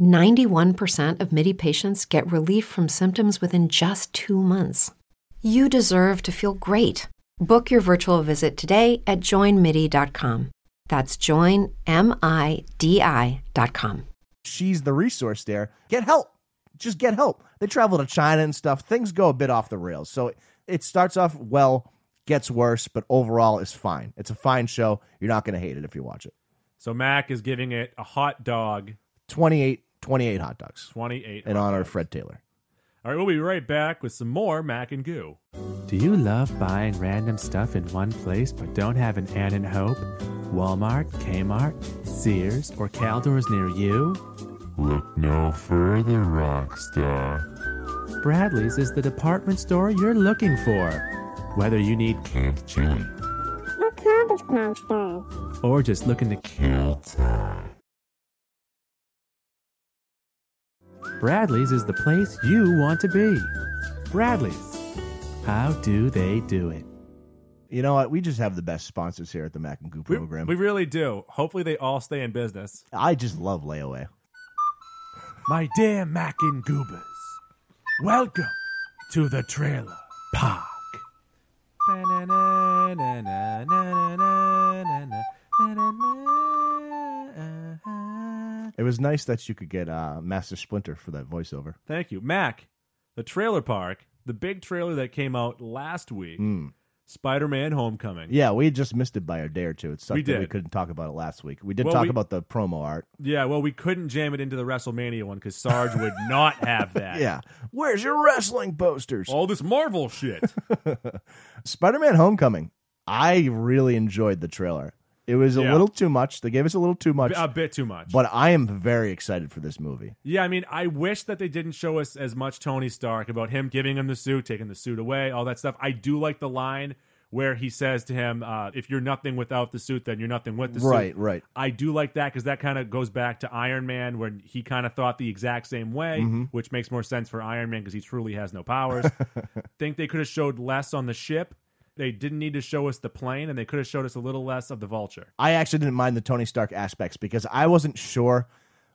[SPEAKER 9] 91% of MIDI patients get relief from symptoms within just two months. You deserve to feel great. Book your virtual visit today at joinmidi.com. That's joinmidi.com.
[SPEAKER 3] she's the resource there. Get help. Just get help. They travel to China and stuff. Things go a bit off the rails. So it- it starts off well, gets worse, but overall is fine. It's a fine show. You're not going to hate it if you watch it.
[SPEAKER 2] so Mac is giving it a hot dog
[SPEAKER 3] 28, 28 hot dogs
[SPEAKER 2] 28.
[SPEAKER 3] in honor of Fred Taylor.
[SPEAKER 2] All right, we'll be right back with some more Mac and Goo.
[SPEAKER 10] Do you love buying random stuff in one place but don't have an ad in Hope, Walmart, Kmart, Sears, or Caldors near you?
[SPEAKER 11] Look no further, Rockstar.
[SPEAKER 10] Bradley's is the department store you're looking for. Whether you need
[SPEAKER 11] Camp Chili.
[SPEAKER 10] or just looking to
[SPEAKER 11] Kill time.
[SPEAKER 10] Bradley's is the place you want to be. Bradley's. How do they do it?
[SPEAKER 3] You know what? We just have the best sponsors here at the Mac and Goo
[SPEAKER 2] We,
[SPEAKER 3] program.
[SPEAKER 2] we really do. Hopefully, they all stay in business.
[SPEAKER 3] I just love layaway.
[SPEAKER 10] My dear Mac and Goobers, welcome to the trailer park.
[SPEAKER 3] It was nice that you could get uh, Master Splinter for that voiceover.
[SPEAKER 2] Thank you, Mac. The trailer park, the big trailer that came out last week, Spider Man Homecoming.
[SPEAKER 3] Hmm. Yeah, we just missed it by a day or two. It sucked
[SPEAKER 2] We
[SPEAKER 3] that we
[SPEAKER 2] did.
[SPEAKER 3] couldn't talk about it last week. We did
[SPEAKER 2] Well,
[SPEAKER 3] talk
[SPEAKER 2] we-
[SPEAKER 3] about the promo art.
[SPEAKER 2] Yeah, well, we couldn't jam it into the WrestleMania one because Sarge would not have that.
[SPEAKER 3] Yeah. Where's your wrestling posters?
[SPEAKER 2] All this Marvel shit.
[SPEAKER 3] Spider-Man: Homecoming. I really enjoyed the trailer. It was a
[SPEAKER 2] Yeah. Uh,
[SPEAKER 3] little too much. They gave us a little too much,
[SPEAKER 2] a bit too much.
[SPEAKER 3] but I am very excited for this movie.
[SPEAKER 2] Yeah, I mean, I wish that they didn't show us as much Tony Stark about him giving him the suit, taking the suit away, all that stuff. I do like the line where he says to him, uh, "If you're nothing without the suit, then you're nothing with the suit."
[SPEAKER 3] Right, right.
[SPEAKER 2] I do like that because that kind of goes back to Iron Man, where he kind of thought the exact same way,
[SPEAKER 3] Mhm.
[SPEAKER 2] which makes more sense for Iron Man because he truly has no powers. Think they could have showed less on the ship. They didn't need to show us the plane, and they could have showed us a little less of the Vulture.
[SPEAKER 3] I actually didn't mind the Tony Stark aspects because I wasn't sure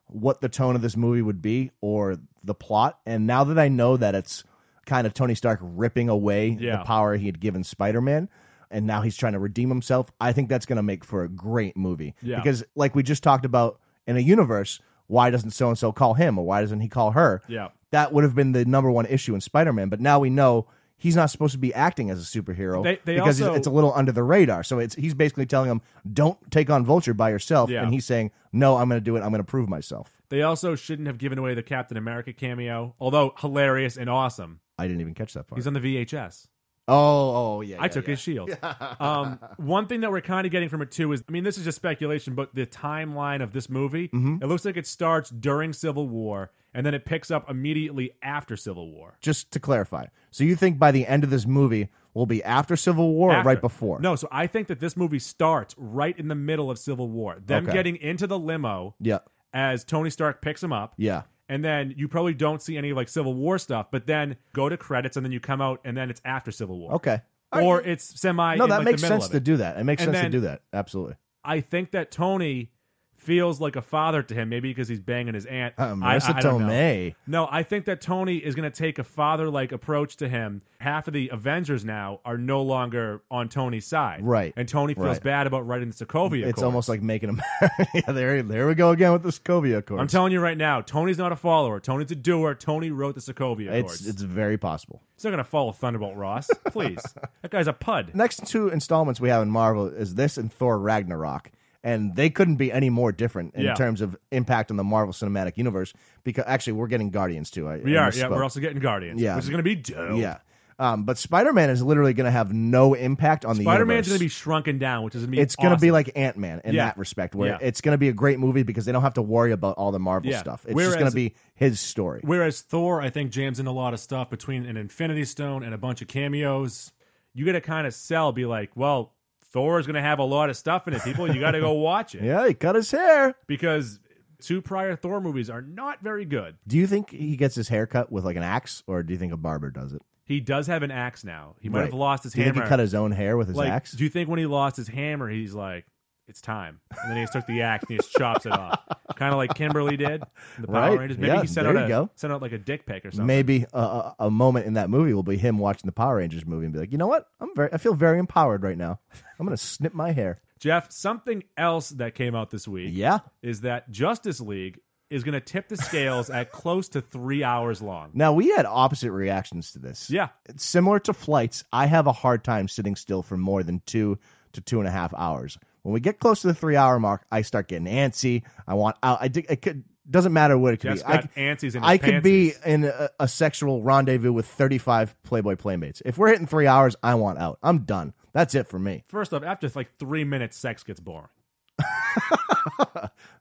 [SPEAKER 3] what the tone of this movie would be or the plot. And now that I know that it's kind of Tony Stark ripping away
[SPEAKER 2] Yeah.
[SPEAKER 3] the power he had given Spider Man and now he's trying to redeem himself, I think that's going to make for a great movie.
[SPEAKER 2] Yeah.
[SPEAKER 3] Because, like we just talked about in a universe, why doesn't so and so call him or why doesn't he call her?
[SPEAKER 2] Yeah.
[SPEAKER 3] That would have been the number one issue in Spider Man. But now we know. He's not supposed to be acting as a superhero
[SPEAKER 2] They- they
[SPEAKER 3] because
[SPEAKER 2] also-
[SPEAKER 3] it's a little under the radar. So it's he's basically telling him, "Don't take on Vulture by yourself,"
[SPEAKER 2] Yeah.
[SPEAKER 3] and he's saying, "No, I'm going to do it. I'm going to prove myself."
[SPEAKER 2] They also shouldn't have given away the Captain America cameo, although hilarious and awesome.
[SPEAKER 3] I didn't even catch that part.
[SPEAKER 2] He's on the VHS.
[SPEAKER 3] oh, oh, yeah.
[SPEAKER 2] I took his shield. um, one thing that we're kind of getting from it too is, I mean, this is just speculation, but the timeline of this movie,
[SPEAKER 3] Mm-hmm.
[SPEAKER 2] it looks like it starts during Civil War and then it picks up immediately after Civil War.
[SPEAKER 3] Just to clarify, so you think by the end of this movie will be after Civil War or
[SPEAKER 2] After.
[SPEAKER 3] right before?
[SPEAKER 2] No, so I think that this movie starts right in the middle of Civil War. Them
[SPEAKER 3] Okay.
[SPEAKER 2] getting into the limo
[SPEAKER 3] Yeah,
[SPEAKER 2] as Tony Stark picks him up.
[SPEAKER 3] yeah.
[SPEAKER 2] And then you probably don't see any like Civil War stuff, but then go to credits and then you come out and then it's after Civil War.
[SPEAKER 3] Okay.
[SPEAKER 2] Or it's semi.
[SPEAKER 3] no,
[SPEAKER 2] in,
[SPEAKER 3] that
[SPEAKER 2] like, the
[SPEAKER 3] makes
[SPEAKER 2] middle
[SPEAKER 3] sense
[SPEAKER 2] of
[SPEAKER 3] to
[SPEAKER 2] it.
[SPEAKER 3] do that. It makes
[SPEAKER 2] And
[SPEAKER 3] sense
[SPEAKER 2] then-
[SPEAKER 3] to do that. Absolutely.
[SPEAKER 2] I think that Tony feels like a father to him, maybe because he's banging his aunt.
[SPEAKER 3] Uh,
[SPEAKER 2] I,
[SPEAKER 3] Marissa
[SPEAKER 2] I don't know.
[SPEAKER 3] Tomei.
[SPEAKER 2] No, I think that Tony is going to take a father like approach to him. Half of the Avengers now are no longer on Tony's side.
[SPEAKER 3] Right.
[SPEAKER 2] And Tony feels
[SPEAKER 3] Right.
[SPEAKER 2] bad about writing the Sokovia
[SPEAKER 3] It's
[SPEAKER 2] Accords.
[SPEAKER 3] almost like making him. yeah, there, there we go again with the Sokovia Accords.
[SPEAKER 2] I'm telling you right now, Tony's not a follower. Tony's a doer. Tony wrote the Sokovia Accords.
[SPEAKER 3] it's it's very possible.
[SPEAKER 2] He's not going to follow Thunderbolt Ross. Please. that guy's a pud.
[SPEAKER 3] next two installments we have in Marvel is this and Thor Ragnarok. And they couldn't be any more different in
[SPEAKER 2] Yeah.
[SPEAKER 3] terms of impact on the Marvel Cinematic Universe because actually we're getting Guardians too. I,
[SPEAKER 2] We
[SPEAKER 3] I
[SPEAKER 2] are. Yeah,
[SPEAKER 3] misspoke.
[SPEAKER 2] we're also getting Guardians,
[SPEAKER 3] Yeah.
[SPEAKER 2] which is going to be dope.
[SPEAKER 3] yeah. Um, but Spider Man is literally going to have no impact on the
[SPEAKER 2] Spider Man's
[SPEAKER 3] universe.
[SPEAKER 2] going to be shrunken down, which is going to be
[SPEAKER 3] It's going to be
[SPEAKER 2] awesome.
[SPEAKER 3] like Ant Man in
[SPEAKER 2] Yeah.
[SPEAKER 3] that respect, where
[SPEAKER 2] Yeah.
[SPEAKER 3] it's going to be a great movie because they don't have to worry about all the Marvel
[SPEAKER 2] Yeah.
[SPEAKER 3] stuff. It's
[SPEAKER 2] Whereas-
[SPEAKER 3] just going to be his story.
[SPEAKER 2] Whereas Thor, I think, jams in a lot of stuff between an Infinity Stone and a bunch of cameos. You got to kind of sell, be like, well, Thor is going to have a lot of stuff in it, people. You got to go watch it.
[SPEAKER 3] Yeah, he cut his hair.
[SPEAKER 2] Because two prior Thor movies are not very good.
[SPEAKER 3] Do you think he gets his hair cut with like an axe, or do you think a barber does it?
[SPEAKER 2] He does have an axe now. He might
[SPEAKER 3] Right.
[SPEAKER 2] have lost his
[SPEAKER 3] do you
[SPEAKER 2] hammer.
[SPEAKER 3] think he cut his own hair with his
[SPEAKER 2] like,
[SPEAKER 3] axe?
[SPEAKER 2] Do you think when he lost his hammer, he's like, it's time? And then he just took the axe and he just chops it off. Kind of like Kimberly did in the Power
[SPEAKER 3] Right.
[SPEAKER 2] Rangers. Maybe
[SPEAKER 3] Yeah,
[SPEAKER 2] he sent
[SPEAKER 3] there
[SPEAKER 2] out,
[SPEAKER 3] you
[SPEAKER 2] a,
[SPEAKER 3] go.
[SPEAKER 2] sent out like a dick pic or something.
[SPEAKER 3] Maybe a, a, a moment in that movie will be him watching the Power Rangers movie and be like, you know what? I'm very, I feel very empowered right now. I'm gonna snip my hair.
[SPEAKER 2] Jeff, something else that came out this week.
[SPEAKER 3] Yeah.
[SPEAKER 2] is that Justice League is going to tip the scales at close to three hours long.
[SPEAKER 3] Now we had opposite reactions to this.
[SPEAKER 2] Yeah.
[SPEAKER 3] It's similar to flights. I have a hard time sitting still for more than two to two and a half hours. When we get close to the three hour mark, I start getting antsy. I want out. I, dig- I could. Doesn't matter what it could
[SPEAKER 2] Jeff's
[SPEAKER 3] be. I
[SPEAKER 2] got
[SPEAKER 3] c-
[SPEAKER 2] antsies in his
[SPEAKER 3] I could be
[SPEAKER 2] pantsies.
[SPEAKER 3] in a, a sexual rendezvous with 35 Playboy playmates. If we're hitting three hours, I want out. I'm done. That's it for me.
[SPEAKER 2] First off, after like three minutes, sex gets boring.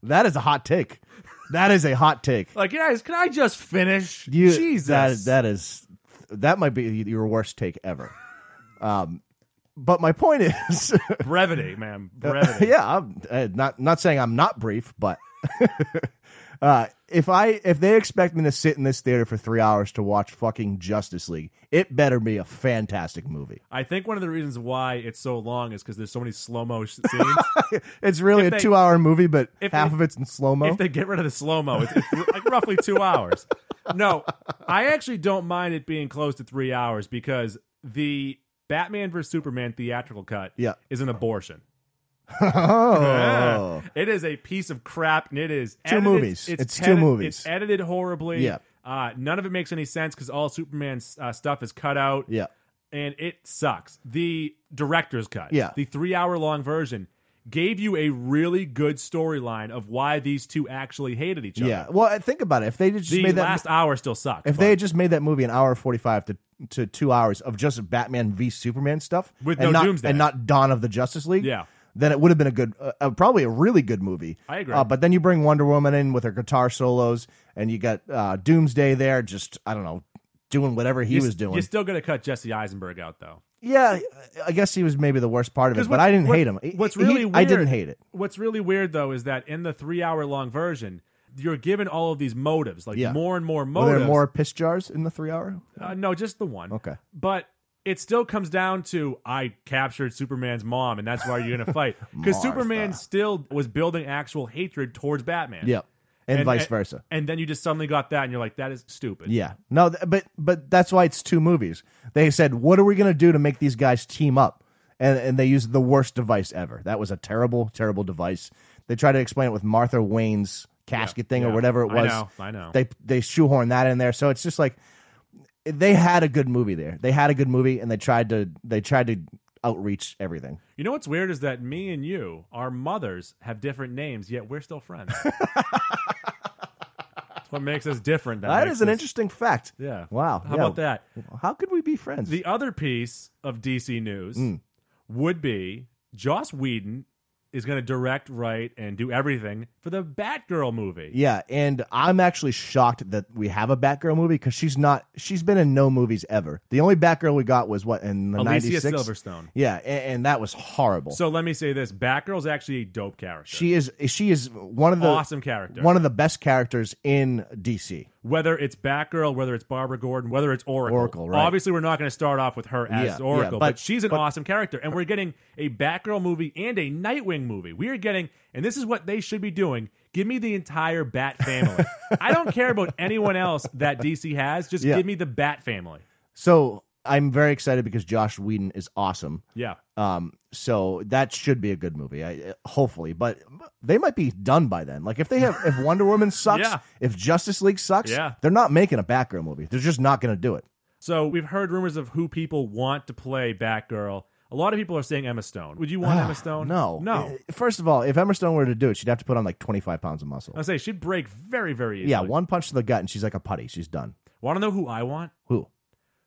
[SPEAKER 3] That is a hot take. That is a hot take.
[SPEAKER 2] Like, guys, can I just finish?
[SPEAKER 3] You,
[SPEAKER 2] Jesus.
[SPEAKER 3] that that is that might be your worst take ever. Um, but my point is,
[SPEAKER 2] brevity, man. Brevity.
[SPEAKER 3] yeah, I'm uh, not not saying I'm not brief, but uh, if I if they expect me to sit in this theater for three hours to watch fucking Justice League, it better be a fantastic movie.
[SPEAKER 2] I think one of the reasons why it's so long is because there's so many slow mo scenes.
[SPEAKER 3] It's really
[SPEAKER 2] If
[SPEAKER 3] a
[SPEAKER 2] they-
[SPEAKER 3] two hour movie, but
[SPEAKER 2] if
[SPEAKER 3] half
[SPEAKER 2] they-
[SPEAKER 3] of it's in slow mo.
[SPEAKER 2] if they get rid of the slow mo, it's, it's like roughly two hours. No, I actually don't mind it being close to three hours because the Batman vs Superman theatrical cut
[SPEAKER 3] Yeah.
[SPEAKER 2] is an abortion.
[SPEAKER 3] oh,
[SPEAKER 2] It is a piece of crap, and it is
[SPEAKER 3] Two
[SPEAKER 2] edited-
[SPEAKER 3] movies. It's two
[SPEAKER 2] edit-
[SPEAKER 3] movies.
[SPEAKER 2] It's edited horribly.
[SPEAKER 3] Yeah.
[SPEAKER 2] Uh, none of it makes any sense because all Superman's uh, stuff is cut out.
[SPEAKER 3] yeah.
[SPEAKER 2] and it sucks. The director's cut,
[SPEAKER 3] Yeah.
[SPEAKER 2] the three hour long version, gave you a really good storyline of why these two actually hated each other.
[SPEAKER 3] Yeah. Well, I- think about it. If they just
[SPEAKER 2] the
[SPEAKER 3] made that
[SPEAKER 2] last hour still sucks.
[SPEAKER 3] If they had just made that movie an hour forty five to to two hours of just Batman v Superman stuff
[SPEAKER 2] With
[SPEAKER 3] and
[SPEAKER 2] no
[SPEAKER 3] not,
[SPEAKER 2] Doomsday.
[SPEAKER 3] and not Dawn of the Justice League,
[SPEAKER 2] Yeah.
[SPEAKER 3] then it would have been a good, uh, uh, probably a really good movie.
[SPEAKER 2] I agree.
[SPEAKER 3] Uh, but then you bring Wonder Woman in with her guitar solos, and you got uh, Doomsday there, just I don't know, doing whatever he
[SPEAKER 2] You s-
[SPEAKER 3] was doing.
[SPEAKER 2] You're still gonna cut Jesse Eisenberg out though.
[SPEAKER 3] yeah, I guess he was maybe the worst part of it,
[SPEAKER 2] 'Cause
[SPEAKER 3] but
[SPEAKER 2] what's-
[SPEAKER 3] I didn't
[SPEAKER 2] what-
[SPEAKER 3] hate him. He-
[SPEAKER 2] What's
[SPEAKER 3] he-
[SPEAKER 2] really weird,
[SPEAKER 3] I didn't hate it.
[SPEAKER 2] What's really weird though is that in the three hour long version, you're given all of these motives, like
[SPEAKER 3] Yeah.
[SPEAKER 2] more and more
[SPEAKER 3] Were
[SPEAKER 2] motives.
[SPEAKER 3] there more piss jars in the three hour?
[SPEAKER 2] Uh, no, just the one.
[SPEAKER 3] Okay.
[SPEAKER 2] But it still comes down to I captured Superman's mom, and that's why you're going to fight. Because
[SPEAKER 3] Martha.
[SPEAKER 2] Superman still was building actual hatred towards Batman.
[SPEAKER 3] Yep. And vice versa.
[SPEAKER 2] And then you just suddenly got that, and you're like, that is stupid.
[SPEAKER 3] Yeah. No, th- but but that's why it's two movies. They said, "What are we going to do to make these guys team up?" And and they used the worst device ever. That was a terrible, terrible device. They tried to explain it with Martha Wayne's casket thing or
[SPEAKER 2] yeah.
[SPEAKER 3] whatever it
[SPEAKER 2] I
[SPEAKER 3] was.
[SPEAKER 2] know, I know.
[SPEAKER 3] They they shoehorn that in there, so it's just like they had a good movie there. They had a good movie, and they tried to they tried to outreach everything.
[SPEAKER 2] You know what's weird is that me and you, our mothers, have different names, yet we're still friends. that's what makes us different.
[SPEAKER 3] that
[SPEAKER 2] makes
[SPEAKER 3] is an
[SPEAKER 2] us-
[SPEAKER 3] interesting fact.
[SPEAKER 2] Yeah.
[SPEAKER 3] Wow.
[SPEAKER 2] How
[SPEAKER 3] yeah.
[SPEAKER 2] about that?
[SPEAKER 3] How could we be friends?
[SPEAKER 2] The other piece of DC news
[SPEAKER 3] Mm.
[SPEAKER 2] would be Joss Whedon is going to direct, write, and do everything for the Batgirl movie.
[SPEAKER 3] Yeah, and I'm actually shocked that we have a Batgirl movie because she's not. She's been in no movies ever. The only Batgirl we got was what in the
[SPEAKER 2] Alicia
[SPEAKER 3] '96.
[SPEAKER 2] Oh, Silverstone.
[SPEAKER 3] Yeah, and, and that was horrible.
[SPEAKER 2] So let me say this: Batgirl's actually a dope character.
[SPEAKER 3] she is. She is one of the
[SPEAKER 2] Awesome character.
[SPEAKER 3] One of the best characters in DC.
[SPEAKER 2] whether it's Batgirl, whether it's Barbara Gordon, whether it's Oracle.
[SPEAKER 3] Oracle, right.
[SPEAKER 2] Obviously, we're not going to start off with her as
[SPEAKER 3] Yeah, yeah,
[SPEAKER 2] Oracle, but,
[SPEAKER 3] but-
[SPEAKER 2] she's an awesome character. And we're getting a Batgirl movie and a Nightwing movie. We are getting, and this is what they should be doing. Give me the entire Bat family. I don't care about anyone else that DC has. Just
[SPEAKER 3] Yeah.
[SPEAKER 2] give me the Bat family.
[SPEAKER 3] So I'm very excited because Josh Whedon is awesome.
[SPEAKER 2] Yeah.
[SPEAKER 3] Um, so that should be a good movie, I, hopefully. But they might be done by then. Like if they have, if Wonder Woman sucks,
[SPEAKER 2] Yeah.
[SPEAKER 3] if Justice League sucks,
[SPEAKER 2] Yeah.
[SPEAKER 3] they're not making a Batgirl movie. They're just not going to do it.
[SPEAKER 2] So we've heard rumors of who people want to play Batgirl. A lot of people are saying Emma Stone. Would you want Emma Stone?
[SPEAKER 3] Ah, No,
[SPEAKER 2] No.
[SPEAKER 3] Uh, First of all, if Emma Stone were to do it, she'd have to put on like twenty five pounds of muscle.
[SPEAKER 2] I say she'd break very, very easily.
[SPEAKER 3] Yeah, one punch to the gut, and she's like a putty. She's done.
[SPEAKER 2] Want to know who I want?
[SPEAKER 3] Who?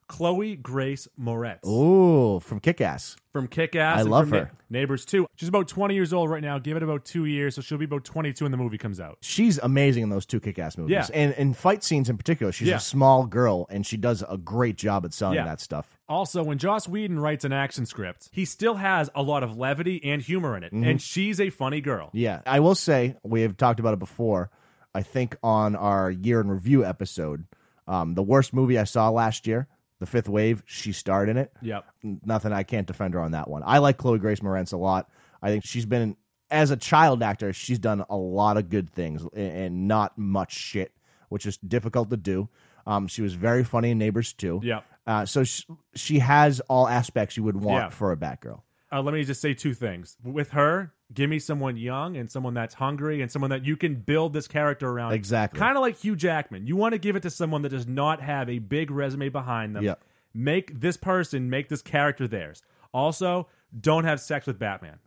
[SPEAKER 2] Chloe Grace Moretz.
[SPEAKER 3] Ooh, from Kick Ass.
[SPEAKER 2] from Kick Ass.
[SPEAKER 3] I
[SPEAKER 2] and
[SPEAKER 3] love
[SPEAKER 2] from Na-
[SPEAKER 3] her.
[SPEAKER 2] Neighbors too. She's about 20 years old right now. Give it about two years, so she'll be about 22 when the movie comes out.
[SPEAKER 3] She's amazing in those two Kick Ass movies,
[SPEAKER 2] Yeah.
[SPEAKER 3] and in fight scenes in particular. She's
[SPEAKER 2] Yeah.
[SPEAKER 3] a small girl, and she does a great job at selling
[SPEAKER 2] Yeah.
[SPEAKER 3] that stuff.
[SPEAKER 2] Also, when Joss Whedon writes an action script, he still has a lot of levity and humor in it, and she's a funny girl.
[SPEAKER 3] Mm-hmm. Yeah, I will say we have talked about it before. I think on our year in review episode, um, the worst movie I saw last year, The Fifth Wave. She starred in it.
[SPEAKER 2] Yep.
[SPEAKER 3] nothing. I can't defend her on that one. I like Chloe Grace Moretz a lot. I think she's been as a child actor, she's done a lot of good things a- and not much shit, which is difficult to do. Um, she was very funny in Neighbors too.
[SPEAKER 2] Yep.
[SPEAKER 3] Uh, so she, she has all aspects you would want
[SPEAKER 2] Yeah.
[SPEAKER 3] for a Batgirl.
[SPEAKER 2] Uh, let me just say two things. With her, give me someone young and someone that's hungry and someone that you can build this character around.
[SPEAKER 3] Exactly.
[SPEAKER 2] Kind of like Hugh Jackman. You want to give it to someone that does not have a big resume behind them.
[SPEAKER 3] Yeah.
[SPEAKER 2] Make this person, make this character theirs. Also, don't have sex with Batman.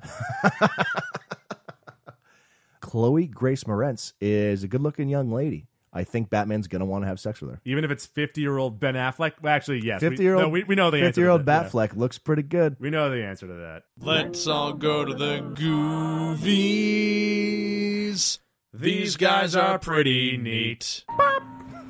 [SPEAKER 3] Chloe Grace Moretz is a good-looking young lady. I think Batman's gonna want to have sex with her.
[SPEAKER 2] Even if it's 50 year old Ben Affleck? Well, actually, yes. We-
[SPEAKER 3] Fifty-year-old,
[SPEAKER 2] no, we, we know the answer. to
[SPEAKER 3] fifty-year-old
[SPEAKER 2] that, yeah.
[SPEAKER 3] Batfleck looks pretty good.
[SPEAKER 2] We know the answer to that.
[SPEAKER 12] Let's all go to the Goovies. These guys are pretty neat.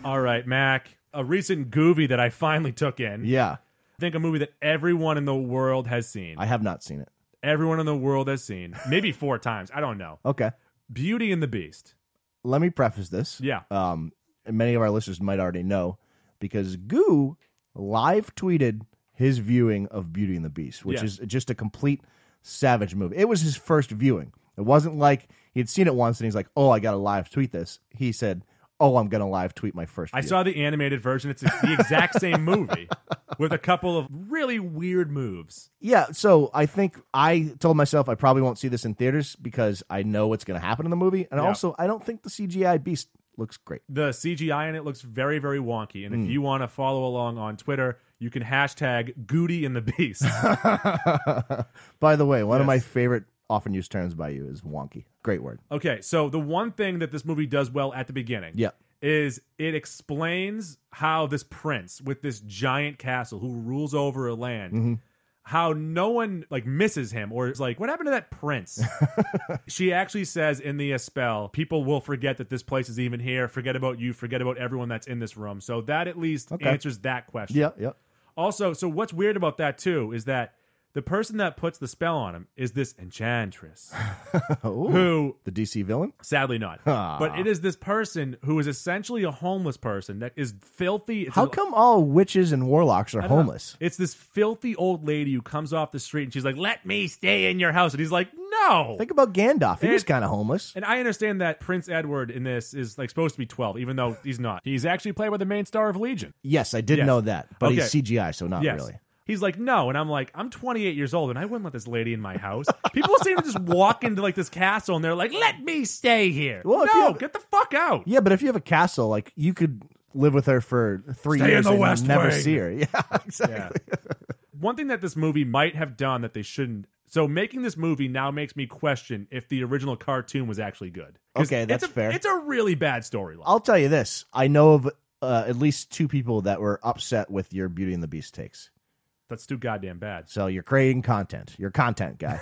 [SPEAKER 2] All right, Mac. A recent goovie that I finally took in.
[SPEAKER 3] Yeah,
[SPEAKER 2] I think a movie that everyone in the world has seen.
[SPEAKER 3] I have not seen it.
[SPEAKER 2] everyone in the world has seen. Maybe four times. I don't know.
[SPEAKER 3] Okay.
[SPEAKER 2] Beauty and the Beast.
[SPEAKER 3] let me preface this.
[SPEAKER 2] Yeah.
[SPEAKER 3] Um, and many of our listeners might already know because Goo live tweeted his viewing of Beauty and the Beast, which
[SPEAKER 2] Yeah.
[SPEAKER 3] is just a complete savage move. It was his first viewing. It wasn't like he'd seen it once and he's like, "Oh, I got to live tweet this." He said, "Oh, I'm gonna live tweet my first
[SPEAKER 2] I
[SPEAKER 3] view."
[SPEAKER 2] saw the animated version. It's the exact same movie with a couple of really weird moves.
[SPEAKER 3] Yeah, so I think I told myself I probably won't see this in theaters because I know what's going to happen in the movie, and
[SPEAKER 2] Yeah.
[SPEAKER 3] also I don't think the CGI beast Looks great.
[SPEAKER 2] The CGI in it looks very, very wonky. And
[SPEAKER 3] Mm.
[SPEAKER 2] if you want to follow along on Twitter, you can hashtag Goody and the Beast.
[SPEAKER 3] By the way, one of my favorite often used terms by you is wonky. Great word.
[SPEAKER 2] okay, so the one thing that this movie does well at the beginning
[SPEAKER 3] Yeah.
[SPEAKER 2] is it explains how this prince with this giant castle who rules over a land.
[SPEAKER 3] Mhm.
[SPEAKER 2] How no one like misses him or is like, what happened to that prince? she actually says in the uh, spell, people will forget that this place is even here. Forget about you. Forget about everyone that's in this room. So that at least
[SPEAKER 3] Okay.
[SPEAKER 2] answers that question.
[SPEAKER 3] Yeah, yeah.
[SPEAKER 2] Also, so what's weird about that too is that the person that puts the spell on him is this enchantress.
[SPEAKER 3] Who the DC villain?
[SPEAKER 2] Sadly not.
[SPEAKER 3] Ah.
[SPEAKER 2] But it is this person who is essentially a homeless person that is filthy. It's
[SPEAKER 3] How
[SPEAKER 2] a-
[SPEAKER 3] come all witches and warlocks are
[SPEAKER 2] I don't know.
[SPEAKER 3] homeless?
[SPEAKER 2] It's this filthy old lady who comes off the street and she's like, "Let me stay in your house," and he's like, "No."
[SPEAKER 3] Think about Gandalf. He
[SPEAKER 2] And-
[SPEAKER 3] was kind of homeless.
[SPEAKER 2] And I understand that Prince Edward in this is like supposed to be 12, even though he's not. He's actually played by the main star of Legion.
[SPEAKER 3] Yes, I did
[SPEAKER 2] Yes.
[SPEAKER 3] know that, but he's
[SPEAKER 2] Okay.
[SPEAKER 3] CGI, so not
[SPEAKER 2] Yes.
[SPEAKER 3] really.
[SPEAKER 2] He's like, no. And I'm like, I'm 28 years old and I wouldn't let this lady in my house. People seem to just walk into like this castle and they're like, let me stay here.
[SPEAKER 3] Well, if
[SPEAKER 2] no,
[SPEAKER 3] you-
[SPEAKER 2] get the fuck out.
[SPEAKER 3] Yeah, but if you have a castle, like you could live with her for three
[SPEAKER 2] Stay in
[SPEAKER 3] years
[SPEAKER 2] the
[SPEAKER 3] and
[SPEAKER 2] West
[SPEAKER 3] never
[SPEAKER 2] Wing.
[SPEAKER 3] see her. Yeah, exactly.
[SPEAKER 2] One thing that this movie might have done that they shouldn't. So making this movie now makes me question if the original cartoon was actually good. 'Cause
[SPEAKER 3] Okay, that's
[SPEAKER 2] it's a,
[SPEAKER 3] fair.
[SPEAKER 2] It's a really bad storyline.
[SPEAKER 3] I'll tell you this: I know of uh, at least two people that were upset with your Beauty and the Beast takes.
[SPEAKER 2] That's too goddamn bad.
[SPEAKER 3] So you're creating content. You're a content guy.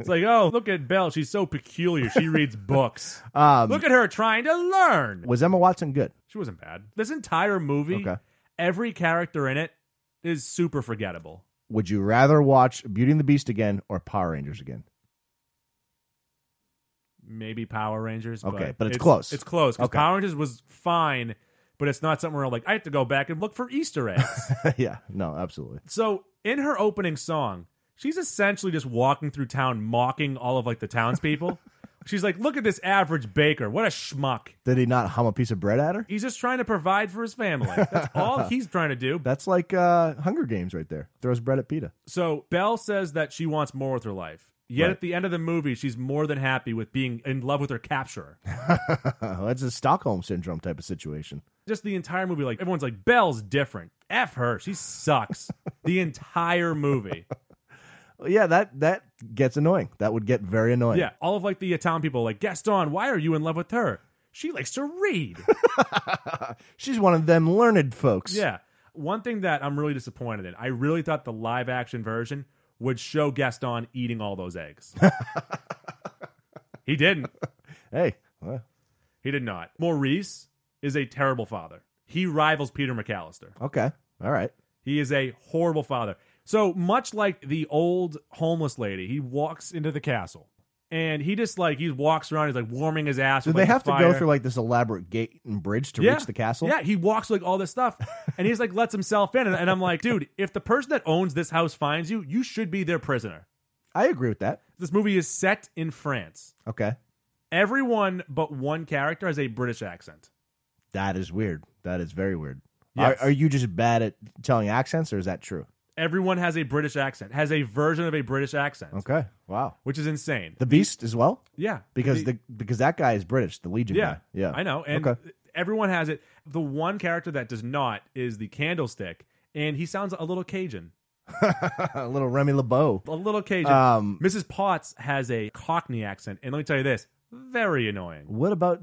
[SPEAKER 2] It's like, oh, look at Belle. She's so peculiar. She reads books.
[SPEAKER 3] Um,
[SPEAKER 2] look at her trying to learn.
[SPEAKER 3] was Emma Watson good?
[SPEAKER 2] She wasn't bad. This entire movie,
[SPEAKER 3] Okay.
[SPEAKER 2] every character in it is super forgettable.
[SPEAKER 3] Would you rather watch Beauty and the Beast again or Power Rangers again?
[SPEAKER 2] Maybe Power Rangers.
[SPEAKER 3] Okay, but it's close.
[SPEAKER 2] It's close because
[SPEAKER 3] Okay.
[SPEAKER 2] Power Rangers was fine, but it's not something where I'm like I have to go back and look for Easter eggs.
[SPEAKER 3] yeah, no, absolutely.
[SPEAKER 2] so in her opening song, she's essentially just walking through town, mocking all of like the townspeople. she's like, "Look at this average baker. What a schmuck."
[SPEAKER 3] Did he not hum a piece of bread at her?
[SPEAKER 2] He's just trying to provide for his family. That's all he's trying to do.
[SPEAKER 3] That's like uh, Hunger Games right there. Throws bread at PETA.
[SPEAKER 2] So Belle says that she wants more with her life. Yet
[SPEAKER 3] Right.
[SPEAKER 2] at the end of the movie, she's more than happy with being in love with her capturer.
[SPEAKER 3] Uh, That's a Stockholm syndrome type of situation.
[SPEAKER 2] Just the entire movie, like everyone's like, Belle's different. F her. She sucks. the entire movie.
[SPEAKER 3] Yeah, that that gets annoying. That would get very annoying.
[SPEAKER 2] Yeah. All of like the town people, like, Gaston, why are you in love with her? She likes to read.
[SPEAKER 3] She's one of them learned folks.
[SPEAKER 2] yeah. One thing that I'm really disappointed in, I really thought the live action version would show Gaston eating all those eggs. he didn't.
[SPEAKER 3] Hey, well,
[SPEAKER 2] He did not. Maurice is a terrible father. He rivals Peter McAllister.
[SPEAKER 3] okay. All right.
[SPEAKER 2] He is a horrible father. So much like the old homeless lady, he walks into the castle and he just like he walks around. He's like warming his ass.
[SPEAKER 3] Do
[SPEAKER 2] with,
[SPEAKER 3] they
[SPEAKER 2] like,
[SPEAKER 3] have
[SPEAKER 2] the
[SPEAKER 3] to go
[SPEAKER 2] fire.
[SPEAKER 3] through like this elaborate gate and bridge to reach the castle?
[SPEAKER 2] Yeah, he walks like all this stuff, and he's like lets himself in. And, and I'm like, dude, if the person that owns this house finds you, you should be their prisoner.
[SPEAKER 3] I agree with that.
[SPEAKER 2] This movie is set in France.
[SPEAKER 3] Okay.
[SPEAKER 2] Everyone but one character has a British accent.
[SPEAKER 3] That is weird. That is very weird.
[SPEAKER 2] Yes.
[SPEAKER 3] Are, are you just bad at telling accents or is that true?
[SPEAKER 2] Everyone has a British accent, has a version of a British accent,
[SPEAKER 3] Okay. Wow.
[SPEAKER 2] which is insane.
[SPEAKER 3] The Beast as well?
[SPEAKER 2] Yeah,
[SPEAKER 3] Because the, because that guy is British, the Legion
[SPEAKER 2] yeah,
[SPEAKER 3] guy. Yeah.
[SPEAKER 2] I know, and
[SPEAKER 3] okay.
[SPEAKER 2] everyone has it. The one character that does not is the Candlestick, and he sounds a little Cajun,
[SPEAKER 3] a little Remy LeBeau.
[SPEAKER 2] a little Cajun.
[SPEAKER 3] Um,
[SPEAKER 2] Mrs. Potts has a Cockney accent, and let me tell you this, very annoying.
[SPEAKER 3] What about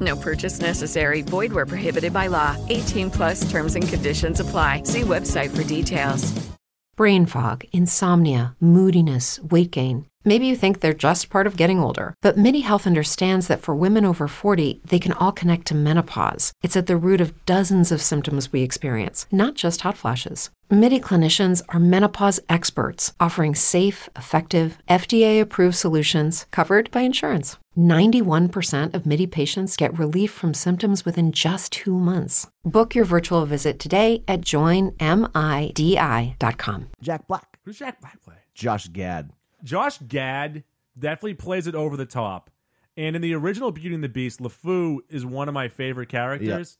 [SPEAKER 4] No purchase necessary. Void where prohibited by law. 18 plus terms and conditions apply. See website for details.
[SPEAKER 9] Brain fog, insomnia, moodiness, weight gain. Maybe you think they're just part of getting older, but MIDI Health understands that for women over 40, they can all connect to menopause. It's at the root of dozens of symptoms we experience, not just hot flashes. MIDI clinicians are menopause experts offering safe, effective, FDA approved solutions covered by insurance. 91% of MIDI patients get relief from symptoms within just two months. Book your virtual visit today at joinmidi.com.
[SPEAKER 3] Jack Black.
[SPEAKER 2] Who's Jack Black play?
[SPEAKER 3] Josh Gad.
[SPEAKER 2] Josh Gad definitely plays it over the top. And in the original Beauty and the Beast, LeFou is one of my favorite characters.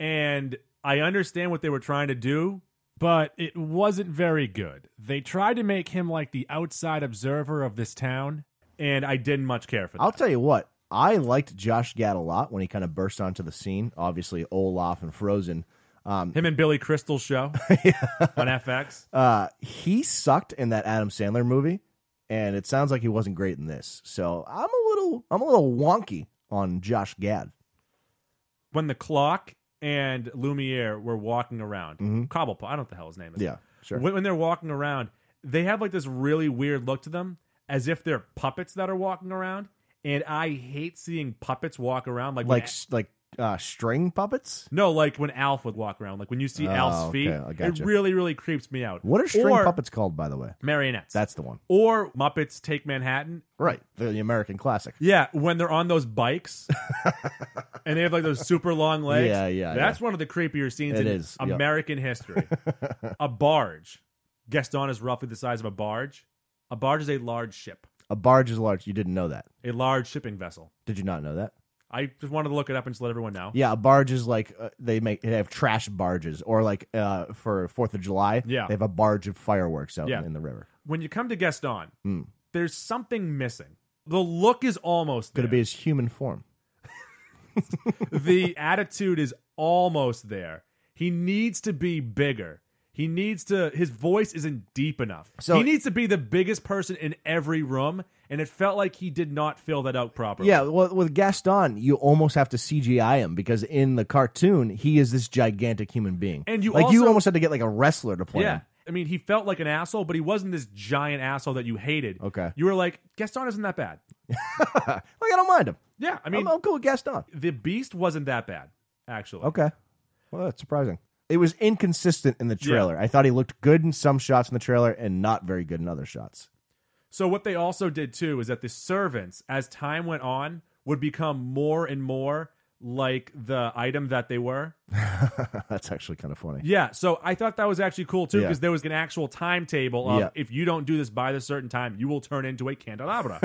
[SPEAKER 2] And I understand what they were trying to do,
[SPEAKER 1] but it wasn't very good. They tried to make him like the outside observer of this town.
[SPEAKER 2] and I didn't much care for that.
[SPEAKER 3] I'll tell you what. I liked Josh Gad a lot when he kind of burst onto the scene. Obviously, Olaf and Frozen. Um,
[SPEAKER 2] Him and Billy Crystal's show on FX.
[SPEAKER 3] Uh, he sucked in that Adam Sandler movie, and it sounds like he wasn't great in this. So I'm a little, I'm a little wonky on Josh Gad.
[SPEAKER 2] When the clock and Lumiere were walking around,
[SPEAKER 3] Mhm.
[SPEAKER 2] Cobblepot, I don't know what the hell his name is.
[SPEAKER 3] Yeah, sure.
[SPEAKER 2] When, when they're walking around, they have like this really weird look to them as if they're puppets that are walking around. And I hate seeing puppets walk around like,
[SPEAKER 3] Like, like uh, string puppets.
[SPEAKER 2] No, like when Alf would walk around. Like when you see
[SPEAKER 3] Oh,
[SPEAKER 2] Alf's feet,
[SPEAKER 3] okay, I gotcha.
[SPEAKER 2] it really, really creeps me out.
[SPEAKER 3] What are string
[SPEAKER 2] Or
[SPEAKER 3] puppets called, by the way?
[SPEAKER 2] Marionettes.
[SPEAKER 3] That's the one.
[SPEAKER 2] Or Muppets Take Manhattan.
[SPEAKER 3] Right, the, the American classic.
[SPEAKER 2] Yeah, when they're on those bikes and they have like those super long legs.
[SPEAKER 3] Yeah, yeah,
[SPEAKER 2] That's
[SPEAKER 3] yeah.
[SPEAKER 2] one of the creepier scenes
[SPEAKER 3] It
[SPEAKER 2] in
[SPEAKER 3] is, yep.
[SPEAKER 2] American history. a barge. Gaston is roughly the size of a barge. A barge is a large ship,
[SPEAKER 3] A barge is large. You didn't know that.
[SPEAKER 2] a large shipping vessel.
[SPEAKER 3] Did you not know that?
[SPEAKER 2] I just wanted to look it up and just let everyone know.
[SPEAKER 3] Yeah, a barge is like uh, they make they have trash barges, or like uh, for Fourth of July,
[SPEAKER 2] Yeah.
[SPEAKER 3] they have a barge of fireworks out
[SPEAKER 2] Yeah.
[SPEAKER 3] in the river.
[SPEAKER 2] When you come to Gaston,
[SPEAKER 3] Hmm.
[SPEAKER 2] there's something missing. The look is almost
[SPEAKER 3] Could
[SPEAKER 2] there.
[SPEAKER 3] it be his human form?
[SPEAKER 2] the attitude is almost there. He needs to be bigger. He needs to. His voice isn't deep enough.
[SPEAKER 3] So-
[SPEAKER 2] he needs to be the biggest person in every room, and it felt like he did not fill that out properly.
[SPEAKER 3] Yeah, well, with Gaston, you almost have to CGI him because in the cartoon, he is this gigantic human being,
[SPEAKER 2] And you
[SPEAKER 3] like you
[SPEAKER 2] also-
[SPEAKER 3] almost had to get like a wrestler to play.
[SPEAKER 2] yeah.
[SPEAKER 3] him.
[SPEAKER 2] I mean, he felt like an asshole, but he wasn't this giant asshole that you hated.
[SPEAKER 3] Okay.
[SPEAKER 2] You were like, Gaston isn't that bad.
[SPEAKER 3] like I don't mind him.
[SPEAKER 2] Yeah, I
[SPEAKER 3] I
[SPEAKER 2] mean,
[SPEAKER 3] mean, I'm, I'm cool with Gaston.
[SPEAKER 2] the Beast wasn't that bad, actually.
[SPEAKER 3] Okay, well, that's surprising. It was inconsistent in the
[SPEAKER 2] Yeah.
[SPEAKER 3] trailer. I thought he looked good in some shots in the trailer and not very good in other shots.
[SPEAKER 2] So what they also did too is that the servants, as time went on, would become more and more like the item that they were.
[SPEAKER 3] that's actually kind of funny.
[SPEAKER 2] Yeah, so I thought that was actually cool too
[SPEAKER 3] Yeah.
[SPEAKER 2] because there was an actual timetable of
[SPEAKER 3] Yeah.
[SPEAKER 2] if you don't do this by the certain time, you will turn into a candelabra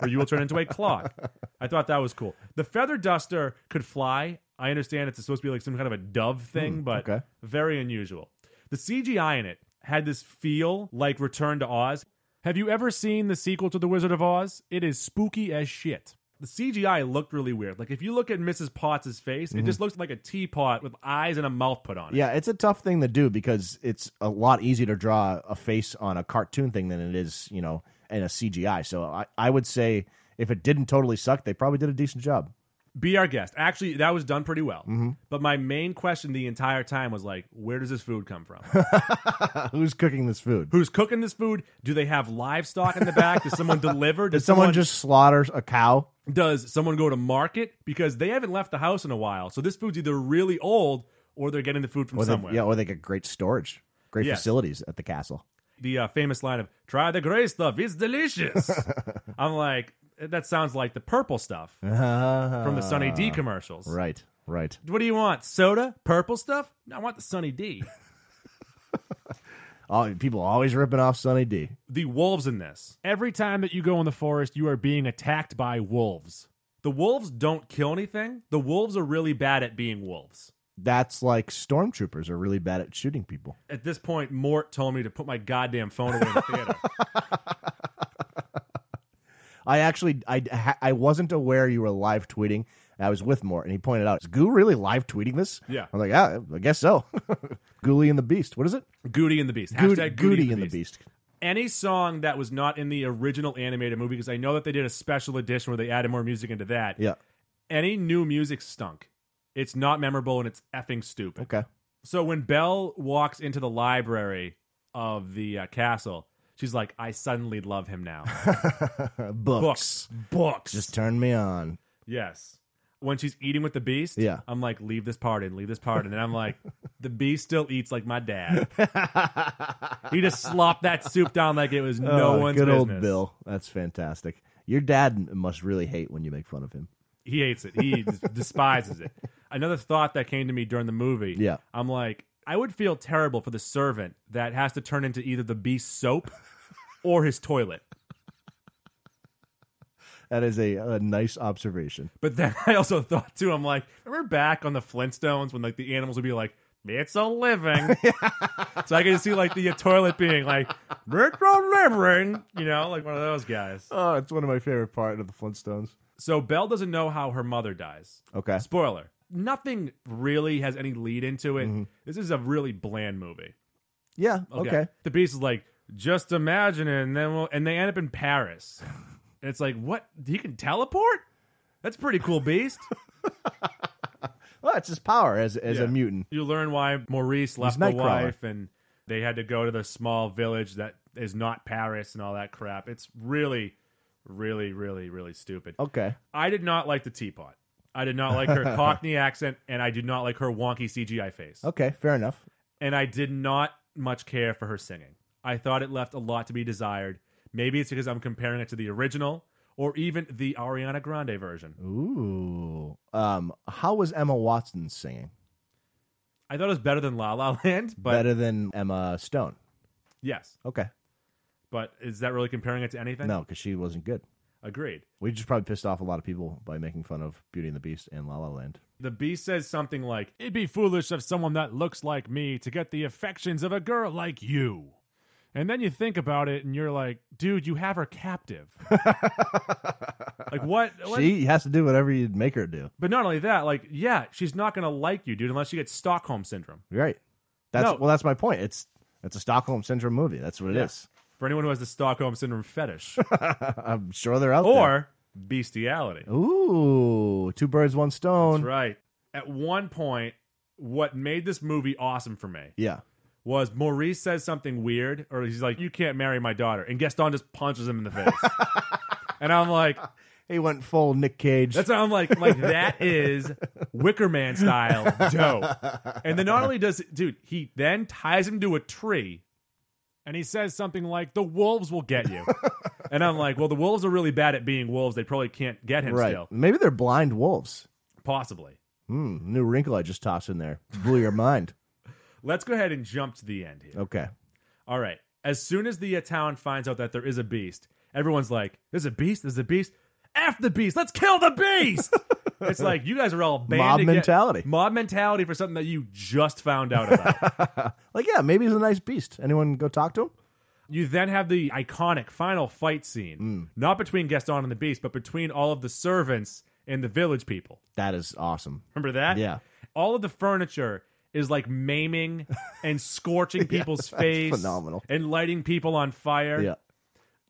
[SPEAKER 2] or you will turn into a clock. I thought that was cool. The feather duster could fly. I understand it's supposed to be like some kind of a dove thing,
[SPEAKER 3] Hmm,
[SPEAKER 2] but
[SPEAKER 3] okay.
[SPEAKER 2] very unusual. The CGI in it had this feel like Return to Oz. Have you ever seen the sequel to The Wizard of Oz? It is spooky as shit. The CGI looked really weird. Like if you look at Mrs. Potts' face, it
[SPEAKER 3] Mhm.
[SPEAKER 2] just looks like a teapot with eyes and a mouth put on it.
[SPEAKER 3] Yeah, it's a tough thing to do because it's a lot easier to draw a face on a cartoon thing than it is, you know, in a CGI. So I, I would say if it didn't totally suck, they probably did a decent job.
[SPEAKER 2] be our guest. Actually, that was done pretty well.
[SPEAKER 3] Mhm.
[SPEAKER 2] But my main question the entire time was like, where does this food come from?
[SPEAKER 3] Who's cooking this food?
[SPEAKER 2] Who's cooking this food? Do they have livestock in the back? Does someone deliver?
[SPEAKER 3] Did
[SPEAKER 2] Does
[SPEAKER 3] someone, just slaughter a cow?
[SPEAKER 2] does someone go to market because they haven't left the house in a while? So this food's either really old or they're getting the food from
[SPEAKER 3] Or they,
[SPEAKER 2] somewhere.
[SPEAKER 3] yeah, or they get great storage, great
[SPEAKER 2] Yes.
[SPEAKER 3] facilities at the castle.
[SPEAKER 2] The uh, famous line of "Try the gray stuff; it's delicious." I'm like, that sounds like the purple stuff from the Sunny D commercials.
[SPEAKER 3] Ah. Right, right.
[SPEAKER 2] What do you want? Soda? Purple stuff? No, I want the Sunny D.
[SPEAKER 3] All, people always ripping off Sunny D.
[SPEAKER 2] the wolves in this.
[SPEAKER 1] Every time that you go in the forest, you are being attacked by wolves.
[SPEAKER 2] The wolves don't kill anything. The wolves are really bad at being wolves.
[SPEAKER 3] That's like stormtroopers are really bad at shooting people.
[SPEAKER 2] At this point, Mort told me to put my goddamn phone away in the theater.
[SPEAKER 3] I actually, I, ha- I wasn't aware you were live tweeting. I was with Mort, and he pointed out, is Goo really live tweeting this?
[SPEAKER 2] Yeah.
[SPEAKER 3] I'm like, yeah, I guess so. Ghoulie and the Beast. What is it?
[SPEAKER 2] Goody and the Beast.
[SPEAKER 3] Goody-
[SPEAKER 2] Hashtag
[SPEAKER 3] Goody
[SPEAKER 2] Goody, and the Beast.
[SPEAKER 3] Beast.
[SPEAKER 2] Any song that was not in the original animated movie, because I know that they did a special edition where they added more music into that.
[SPEAKER 3] Yeah.
[SPEAKER 2] Any new music stunk. It's not memorable and it's effing stupid.
[SPEAKER 3] Okay.
[SPEAKER 2] So when Belle walks into the library of the uh, castle, she's like, I suddenly love him now.
[SPEAKER 3] Books.
[SPEAKER 2] Books.
[SPEAKER 3] Just turn me on.
[SPEAKER 2] Yes. when she's eating with the beast,
[SPEAKER 3] Yeah.
[SPEAKER 2] I'm like, leave this part in, leave this part in. And I'm like, the beast still eats like my dad. he just slopped that soup down like it was no
[SPEAKER 3] Oh,
[SPEAKER 2] one's
[SPEAKER 3] good
[SPEAKER 2] business.
[SPEAKER 3] old Bill. That's fantastic. Your dad must really hate when you make fun of him.
[SPEAKER 2] He hates it. He des- despises it. Another thought that came to me during the movie.
[SPEAKER 3] Yeah.
[SPEAKER 2] I'm like, I would feel terrible for the servant that has to turn into either the beast's soap or his toilet.
[SPEAKER 3] That is a, a nice observation.
[SPEAKER 2] But then I also thought too, I'm like, remember back on the Flintstones when like the animals would be like, it's a living. so I can see like the toilet being like, it's a living, you know, like one of those guys.
[SPEAKER 3] Oh, it's one of my favorite part of the Flintstones.
[SPEAKER 2] So Belle doesn't know how her mother dies.
[SPEAKER 3] Okay.
[SPEAKER 2] Spoiler. Nothing really has any lead into
[SPEAKER 3] Mm-hmm.
[SPEAKER 2] it. This is a really bland movie.
[SPEAKER 3] Yeah. Okay.
[SPEAKER 2] The beast is like, just imagine it, and then we'll, and they end up in Paris. And it's like, what? He can teleport? That's pretty cool, beast.
[SPEAKER 3] Well, that's his power as as a
[SPEAKER 2] Yeah.
[SPEAKER 3] mutant.
[SPEAKER 2] You learn why Maurice left the
[SPEAKER 3] Nightcrawler.
[SPEAKER 2] wife, and they had to go to the small village that is not Paris and all that crap. It's really, really, really, really stupid.
[SPEAKER 3] Okay.
[SPEAKER 2] I did not like the teapot. I did not like her Cockney accent, and I did not like her wonky CGI face.
[SPEAKER 3] Okay. Fair enough.
[SPEAKER 2] And I did not much care for her singing. I thought it left a lot to be desired. Maybe it's because I'm comparing it to the original or even the Ariana Grande version.
[SPEAKER 3] Ooh. Um. How was Emma Watson singing?
[SPEAKER 2] I thought it was better than La La Land, but
[SPEAKER 3] Better than Emma Stone.
[SPEAKER 2] yes.
[SPEAKER 3] Okay.
[SPEAKER 2] But is that really comparing it to anything?
[SPEAKER 3] No, because she wasn't good.
[SPEAKER 2] Agreed.
[SPEAKER 3] We just probably pissed off a lot of people by making fun of Beauty and the Beast and La La Land.
[SPEAKER 2] The beast says something like,
[SPEAKER 1] It'd be foolish of someone that looks like me to get the affections of a girl like you. And then you think about it and you're like, dude, you have her captive.
[SPEAKER 2] like what, what?
[SPEAKER 3] She has to do whatever you make her do.
[SPEAKER 2] But not only that, like yeah, she's not gonna like you, dude, unless she gets Stockholm syndrome.
[SPEAKER 3] Right. That's
[SPEAKER 2] No.
[SPEAKER 3] well. That's my point. It's it's a Stockholm syndrome movie. That's what it
[SPEAKER 2] Yeah.
[SPEAKER 3] is.
[SPEAKER 2] For anyone who has the Stockholm syndrome fetish
[SPEAKER 3] I'm sure they're out there.
[SPEAKER 2] or bestiality.
[SPEAKER 3] Ooh, two birds, one stone.
[SPEAKER 2] That's right. At one point, what made this movie awesome for me
[SPEAKER 3] Yeah.
[SPEAKER 2] was Maurice says something weird, or he's like, "You can't marry my daughter," and Gaston just punches him in the face. and I'm like,
[SPEAKER 3] He went full Nick Cage.
[SPEAKER 2] That's what I'm like. Like that is Wicker Man style dope. And then not only does dude, he then ties him to a tree, and he says something like, "The wolves will get you." and I'm like, "Well, the wolves are really bad at being wolves. They probably can't get him
[SPEAKER 3] right.
[SPEAKER 2] still,
[SPEAKER 3] Maybe they're blind wolves.
[SPEAKER 2] possibly."
[SPEAKER 3] Hmm. New wrinkle I just tossed in there. Blew your mind.
[SPEAKER 2] Let's go ahead and jump to the end here.
[SPEAKER 3] Okay.
[SPEAKER 2] All right. As soon as the uh, town finds out that there is a beast, everyone's like, "There's a beast! There's a beast! F the beast! Let's kill the beast!" it's like you guys are all banned
[SPEAKER 3] Mob
[SPEAKER 2] together-
[SPEAKER 3] mentality.
[SPEAKER 2] mob mentality for something that you just found out about.
[SPEAKER 3] Like, yeah, maybe he's a nice beast. Anyone go talk to him?
[SPEAKER 2] you then have the iconic final fight scene,
[SPEAKER 3] Mm.
[SPEAKER 2] not between Gaston and the beast, but between all of the servants and the village people.
[SPEAKER 3] That is awesome.
[SPEAKER 2] Remember that?
[SPEAKER 3] Yeah.
[SPEAKER 2] All of the furniture is like maiming and scorching people's face,
[SPEAKER 3] phenomenal.
[SPEAKER 2] and lighting people on fire.
[SPEAKER 3] Yeah.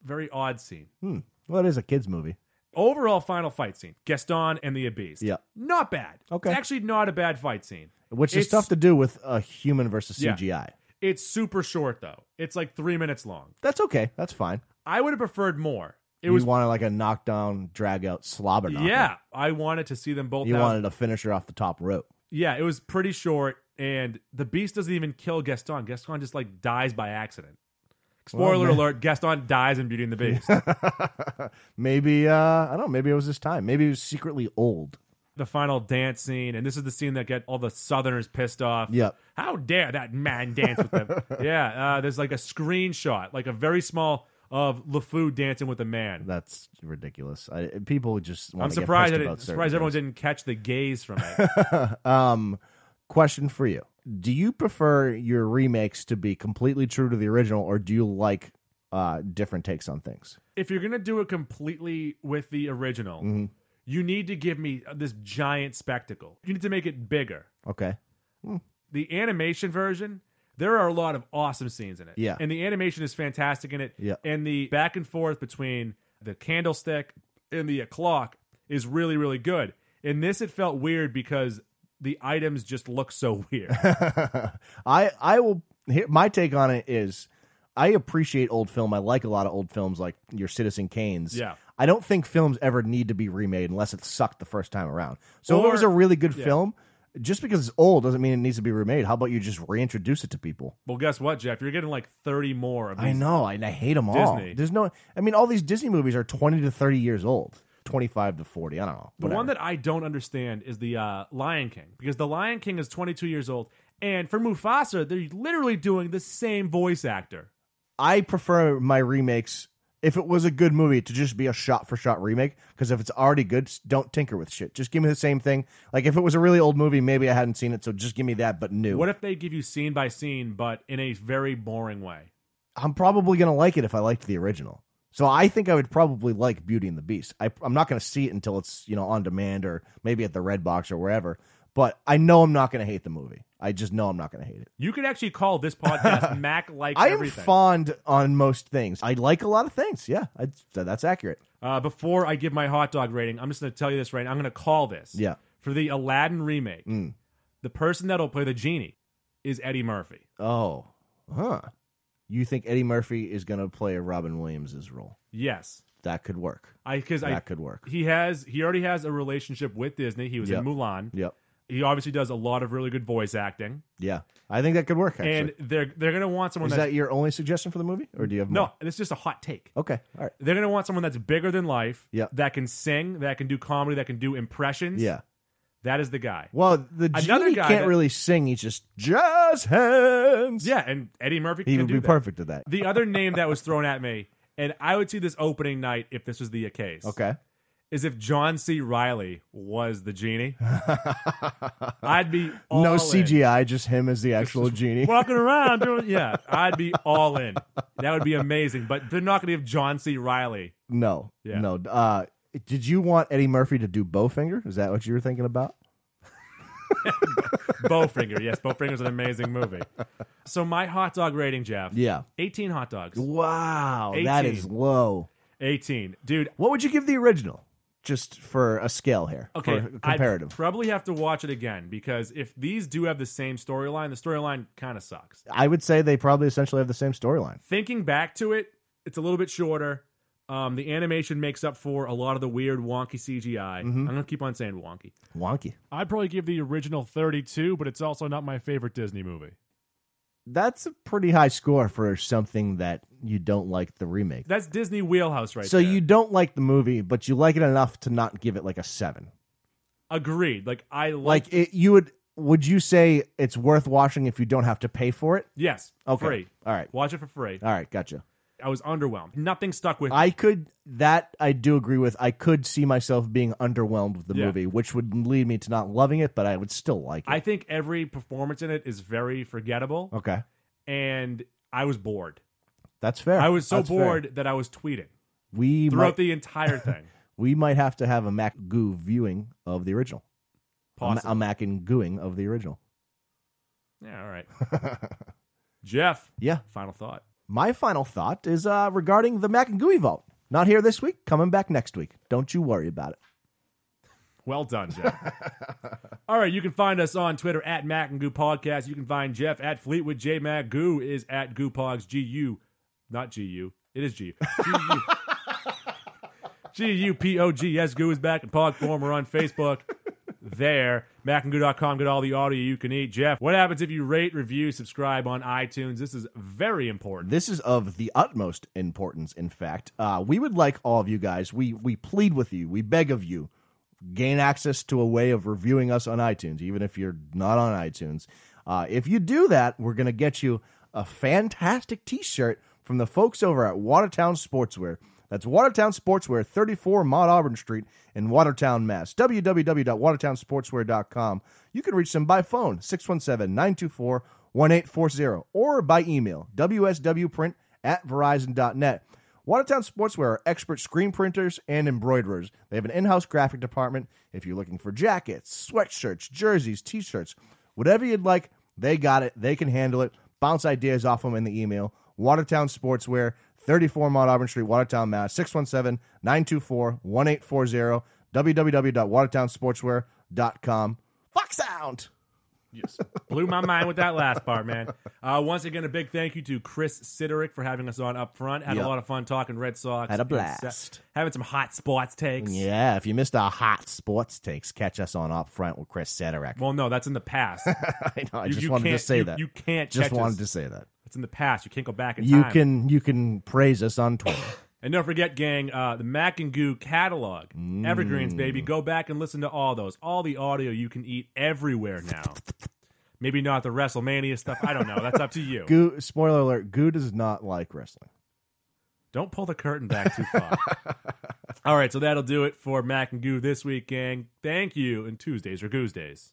[SPEAKER 2] Very odd scene.
[SPEAKER 3] Well, it is a kids movie.
[SPEAKER 2] overall final fight scene gaston and the abyss
[SPEAKER 3] Yeah.
[SPEAKER 2] not bad
[SPEAKER 3] Okay.
[SPEAKER 2] it's actually not a bad fight scene
[SPEAKER 3] Which is
[SPEAKER 2] It's-
[SPEAKER 3] tough to do with a human versus
[SPEAKER 2] Yeah.
[SPEAKER 3] CGI.
[SPEAKER 2] it's super short though it's like three minutes long
[SPEAKER 3] That's okay. That's fine.
[SPEAKER 2] i would have preferred more it
[SPEAKER 3] you
[SPEAKER 2] was
[SPEAKER 3] wanted like a knockdown, drag out, slobber knocker.
[SPEAKER 2] yeah i wanted to see them both
[SPEAKER 3] You
[SPEAKER 2] out.
[SPEAKER 3] wanted a finisher off the top rope.
[SPEAKER 2] yeah it was pretty short and the beast doesn't even kill gaston gaston just like dies by accident spoiler
[SPEAKER 3] Oh, man.
[SPEAKER 2] alert gaston dies in beauty and the beast
[SPEAKER 3] Maybe uh I don't know, maybe it was his time. Maybe he was secretly old.
[SPEAKER 2] the final dance scene, and this is the scene that get all the Southerners pissed off.
[SPEAKER 3] Yep.
[SPEAKER 2] How dare that man dance with them? yeah. Uh, there's like a screenshot, like a very small of LeFou dancing with a man.
[SPEAKER 3] That's ridiculous. I, people just want
[SPEAKER 2] I'm
[SPEAKER 3] to
[SPEAKER 2] surprised. I
[SPEAKER 3] get pissed
[SPEAKER 2] didn't,
[SPEAKER 3] about certain
[SPEAKER 2] surprised everyone
[SPEAKER 3] things.
[SPEAKER 2] didn't catch the gaze from it.
[SPEAKER 3] Um, question for you: Do you prefer your remakes to be completely true to the original, or do you like uh, different takes on things?
[SPEAKER 2] if you're gonna do it completely with the original,
[SPEAKER 3] Mm-hmm.
[SPEAKER 2] you need to give me this giant spectacle. You need to make it bigger.
[SPEAKER 3] Okay,
[SPEAKER 2] the animation version, there are a lot of awesome scenes in it.
[SPEAKER 3] Yeah.
[SPEAKER 2] And the animation is fantastic in it.
[SPEAKER 3] Yeah.
[SPEAKER 2] And the back and forth between the candlestick and the uh, clock is really, really good. In this, it felt weird because the items just look so weird.
[SPEAKER 3] I I will. Here, my take on it is, I appreciate old film. I like a lot of old films, like your Citizen Kane's.
[SPEAKER 2] Yeah.
[SPEAKER 3] I don't think films ever need to be remade unless it sucked the first time around. So if
[SPEAKER 2] Or-
[SPEAKER 3] it was a really good
[SPEAKER 2] yeah.
[SPEAKER 3] film, just because it's old doesn't mean it needs to be remade. How about you just reintroduce it to people?
[SPEAKER 2] Well, guess what, Jeff? You're getting like 30 more of these.
[SPEAKER 3] I know, and I hate them all.
[SPEAKER 2] Disney.
[SPEAKER 3] There's no, I mean, all these Disney movies are twenty to thirty years old, twenty five to forty. I don't know.
[SPEAKER 2] The one that I don't understand is the uh, Lion King because the Lion King is 22 years old, and for Mufasa, they're literally doing the same voice actor.
[SPEAKER 3] I prefer my remakes if it was a good movie to just be a shot for shot remake because if it's already good s- don't tinker with shit just give me the same thing like if it was a really old movie maybe i hadn't seen it so just give me that but new
[SPEAKER 2] What if they give you scene by scene, but in a very boring way?
[SPEAKER 3] i'm probably going to like it if i liked the original so i think i would probably like beauty and the beast I, i'm not going to see it until it's you know on demand or maybe at the red box or wherever but i know i'm not going to hate the movie i just know i'm not going to hate it
[SPEAKER 2] You could actually call this podcast Mac likes
[SPEAKER 3] i am
[SPEAKER 2] everything.
[SPEAKER 3] fond on most things i like a lot of things yeah I'd, that's accurate
[SPEAKER 2] Uh, before I give my hot dog rating, I'm just going to tell you this right now. I'm going to call this.
[SPEAKER 3] Yeah. Mm.
[SPEAKER 2] For the Aladdin remake, the person that'll play the genie is Eddie Murphy.
[SPEAKER 3] Oh, huh. You think Eddie Murphy is going to play Robin Williams' role?
[SPEAKER 2] Yes.
[SPEAKER 3] That could work.
[SPEAKER 2] I because I
[SPEAKER 3] That could work.
[SPEAKER 2] He has he already has a relationship with Disney. He was
[SPEAKER 3] Yep.
[SPEAKER 2] in Mulan.
[SPEAKER 3] Yep.
[SPEAKER 2] He obviously does a lot of really good voice acting,
[SPEAKER 3] Yeah, I think that could work. Actually.
[SPEAKER 2] and they're they're gonna want someone
[SPEAKER 3] is
[SPEAKER 2] that's
[SPEAKER 3] that your only suggestion for the movie, or do you have
[SPEAKER 2] no.
[SPEAKER 3] More?
[SPEAKER 2] It's just a hot take.
[SPEAKER 3] Okay, all right.
[SPEAKER 2] They're gonna want someone that's bigger than life.
[SPEAKER 3] Yep.
[SPEAKER 2] That can sing. That can do comedy. That can do impressions.
[SPEAKER 3] Yeah.
[SPEAKER 2] That is the guy.
[SPEAKER 3] Well, the
[SPEAKER 2] Another
[SPEAKER 3] genie
[SPEAKER 2] guy
[SPEAKER 3] can't
[SPEAKER 2] that-
[SPEAKER 3] really sing. He's just jazz hands.
[SPEAKER 2] Yeah, and Eddie Murphy
[SPEAKER 3] He
[SPEAKER 2] can
[SPEAKER 3] would
[SPEAKER 2] do
[SPEAKER 3] be
[SPEAKER 2] that.
[SPEAKER 3] perfect at that.
[SPEAKER 2] The other name that was thrown at me, and I would see this opening night if this was the case.
[SPEAKER 3] Okay.
[SPEAKER 2] Is if John C. Riley was the genie. I'd be all
[SPEAKER 3] No
[SPEAKER 2] in.
[SPEAKER 3] CGI, just him as the actual genie.
[SPEAKER 2] Walking around doing yeah, I'd be all in. That would be amazing. But they're not gonna have John C. Riley.
[SPEAKER 3] No,
[SPEAKER 2] Yeah.
[SPEAKER 3] no. Uh, did you want Eddie Murphy to do Bowfinger? Is that what you were thinking about?
[SPEAKER 2] Bowfinger, yes, Bowfinger's an amazing movie. So my hot dog rating, Jeff.
[SPEAKER 3] Yeah.
[SPEAKER 2] Eighteen hot dogs.
[SPEAKER 3] Wow, that
[SPEAKER 2] 18.
[SPEAKER 3] is low.
[SPEAKER 2] Eighteen. Dude,
[SPEAKER 3] What would you give the original? Just for a scale here.
[SPEAKER 2] Okay,
[SPEAKER 3] for comparative.
[SPEAKER 2] I'd probably have to watch it again because if these do have the same storyline, the storyline kind of sucks.
[SPEAKER 3] I would say they probably essentially have the same storyline.
[SPEAKER 2] Thinking back to it, it's a little bit shorter. Um, the animation makes up for a lot of the weird, wonky CGI.
[SPEAKER 3] Mm-hmm.
[SPEAKER 2] I'm gonna keep on saying wonky.
[SPEAKER 3] Wonky.
[SPEAKER 1] I'd probably give the original 32, but it's also not my favorite Disney movie.
[SPEAKER 3] That's a pretty high score for something that you don't like the remake.
[SPEAKER 2] That's Disney wheelhouse, right?
[SPEAKER 3] so
[SPEAKER 2] there.
[SPEAKER 3] you don't like the movie, but you like it enough to not give it like a seven.
[SPEAKER 2] agreed? Like I like,
[SPEAKER 3] Like it, you would. Would you say it's worth watching if you don't have to pay for it?
[SPEAKER 2] yes,
[SPEAKER 3] Okay.
[SPEAKER 2] free.
[SPEAKER 3] All right.
[SPEAKER 2] Watch it for free.
[SPEAKER 3] All right. Gotcha.
[SPEAKER 2] I was underwhelmed. Nothing stuck with.
[SPEAKER 3] I could that I do agree with. I could see myself being underwhelmed with the
[SPEAKER 2] Yeah.
[SPEAKER 3] movie, which would lead me to not loving it, but I would still like it.
[SPEAKER 2] I think every performance in it is very forgettable,
[SPEAKER 3] okay,
[SPEAKER 2] and I was bored.
[SPEAKER 3] that's fair.
[SPEAKER 2] I was so
[SPEAKER 3] That's fair.
[SPEAKER 2] bored that I was tweeting
[SPEAKER 3] We
[SPEAKER 2] throughout
[SPEAKER 3] might,
[SPEAKER 2] the entire thing.
[SPEAKER 3] we might have to have a Mac goo viewing of the original. A ma-
[SPEAKER 2] Possible.
[SPEAKER 3] A Mac and gooing of the original.
[SPEAKER 2] Yeah, all right. Jeff,
[SPEAKER 3] Yeah.
[SPEAKER 2] final thought.
[SPEAKER 3] My final thought is uh, regarding the Mac and gooey vault. Not here this week, coming back next week. Don't you worry about it.
[SPEAKER 2] Well done, Jeff. all right, you can find us on Twitter at Mac and Goo Podcast. You can find Jeff at Fleetwood J Mac. Goo is at Goo Pogs. G U, not G U. It is G. G U. G U P O G S Goo is back in pod form. We're on Facebook. There, macandgoo.com. Get all the audio you can eat. Jeff, what happens if you rate, review, subscribe on iTunes? This is very important.
[SPEAKER 3] This is of the utmost importance, in fact. Uh, we would like all of you guys, we, we plead with you, we beg of you, gain access to a way of reviewing us on iTunes, even if you're not on iTunes. Uh, if you do that, we're going to get you a fantastic t shirt from the folks over at Watertown Sportswear. That's Watertown Sportswear, 34 Mont Auburn Street in Watertown, Mass. www.watertownsportswear.com. You can reach them by phone, 617 924 1840, or by email, wswprint at verizon.net. Watertown Sportswear are expert screen printers and embroiderers. They have an in house graphic department. If you're looking for jackets, sweatshirts, jerseys, t shirts, whatever you'd like, they got it. They can handle it. Bounce ideas off them in the email. Watertown Sportswear, 34 Mont Auburn Street, Watertown, Mass. 617 924 1840. www.watertownsportswear.com. Fox Sound!
[SPEAKER 2] Yes. Blew my mind with that last part, man. Uh, once again, a big thank you to Chris Siderick for having us on up front. Had
[SPEAKER 3] Yep.
[SPEAKER 2] a lot of fun talking Red Sox.
[SPEAKER 3] Had a
[SPEAKER 2] and se-
[SPEAKER 3] blast.
[SPEAKER 2] having some hot spots takes.
[SPEAKER 3] Yeah, if you missed our hot sports takes, catch us on Up Front with Chris Sederek.
[SPEAKER 2] Well, no, that's in the past. I
[SPEAKER 3] know. I just wanted to say that.
[SPEAKER 2] You can't
[SPEAKER 3] Just
[SPEAKER 2] catch
[SPEAKER 3] wanted
[SPEAKER 2] us.
[SPEAKER 3] to say that.
[SPEAKER 2] It's in the past. You can't go back in
[SPEAKER 3] You
[SPEAKER 2] time.
[SPEAKER 3] can you can praise us on Twitter.
[SPEAKER 2] And don't forget, gang, uh, the Mac and Goo catalog, Evergreens,
[SPEAKER 3] Mm.
[SPEAKER 2] baby. Go back and listen to all those. All the audio you can eat everywhere now. Maybe not the WrestleMania stuff. I don't know. That's up to you.
[SPEAKER 3] Goo, spoiler alert: Goo does not like wrestling.
[SPEAKER 2] Don't pull the curtain back too far. all right, so that'll do it for Mac and Goo this week, gang. Thank you. And Tuesdays are Goose Days.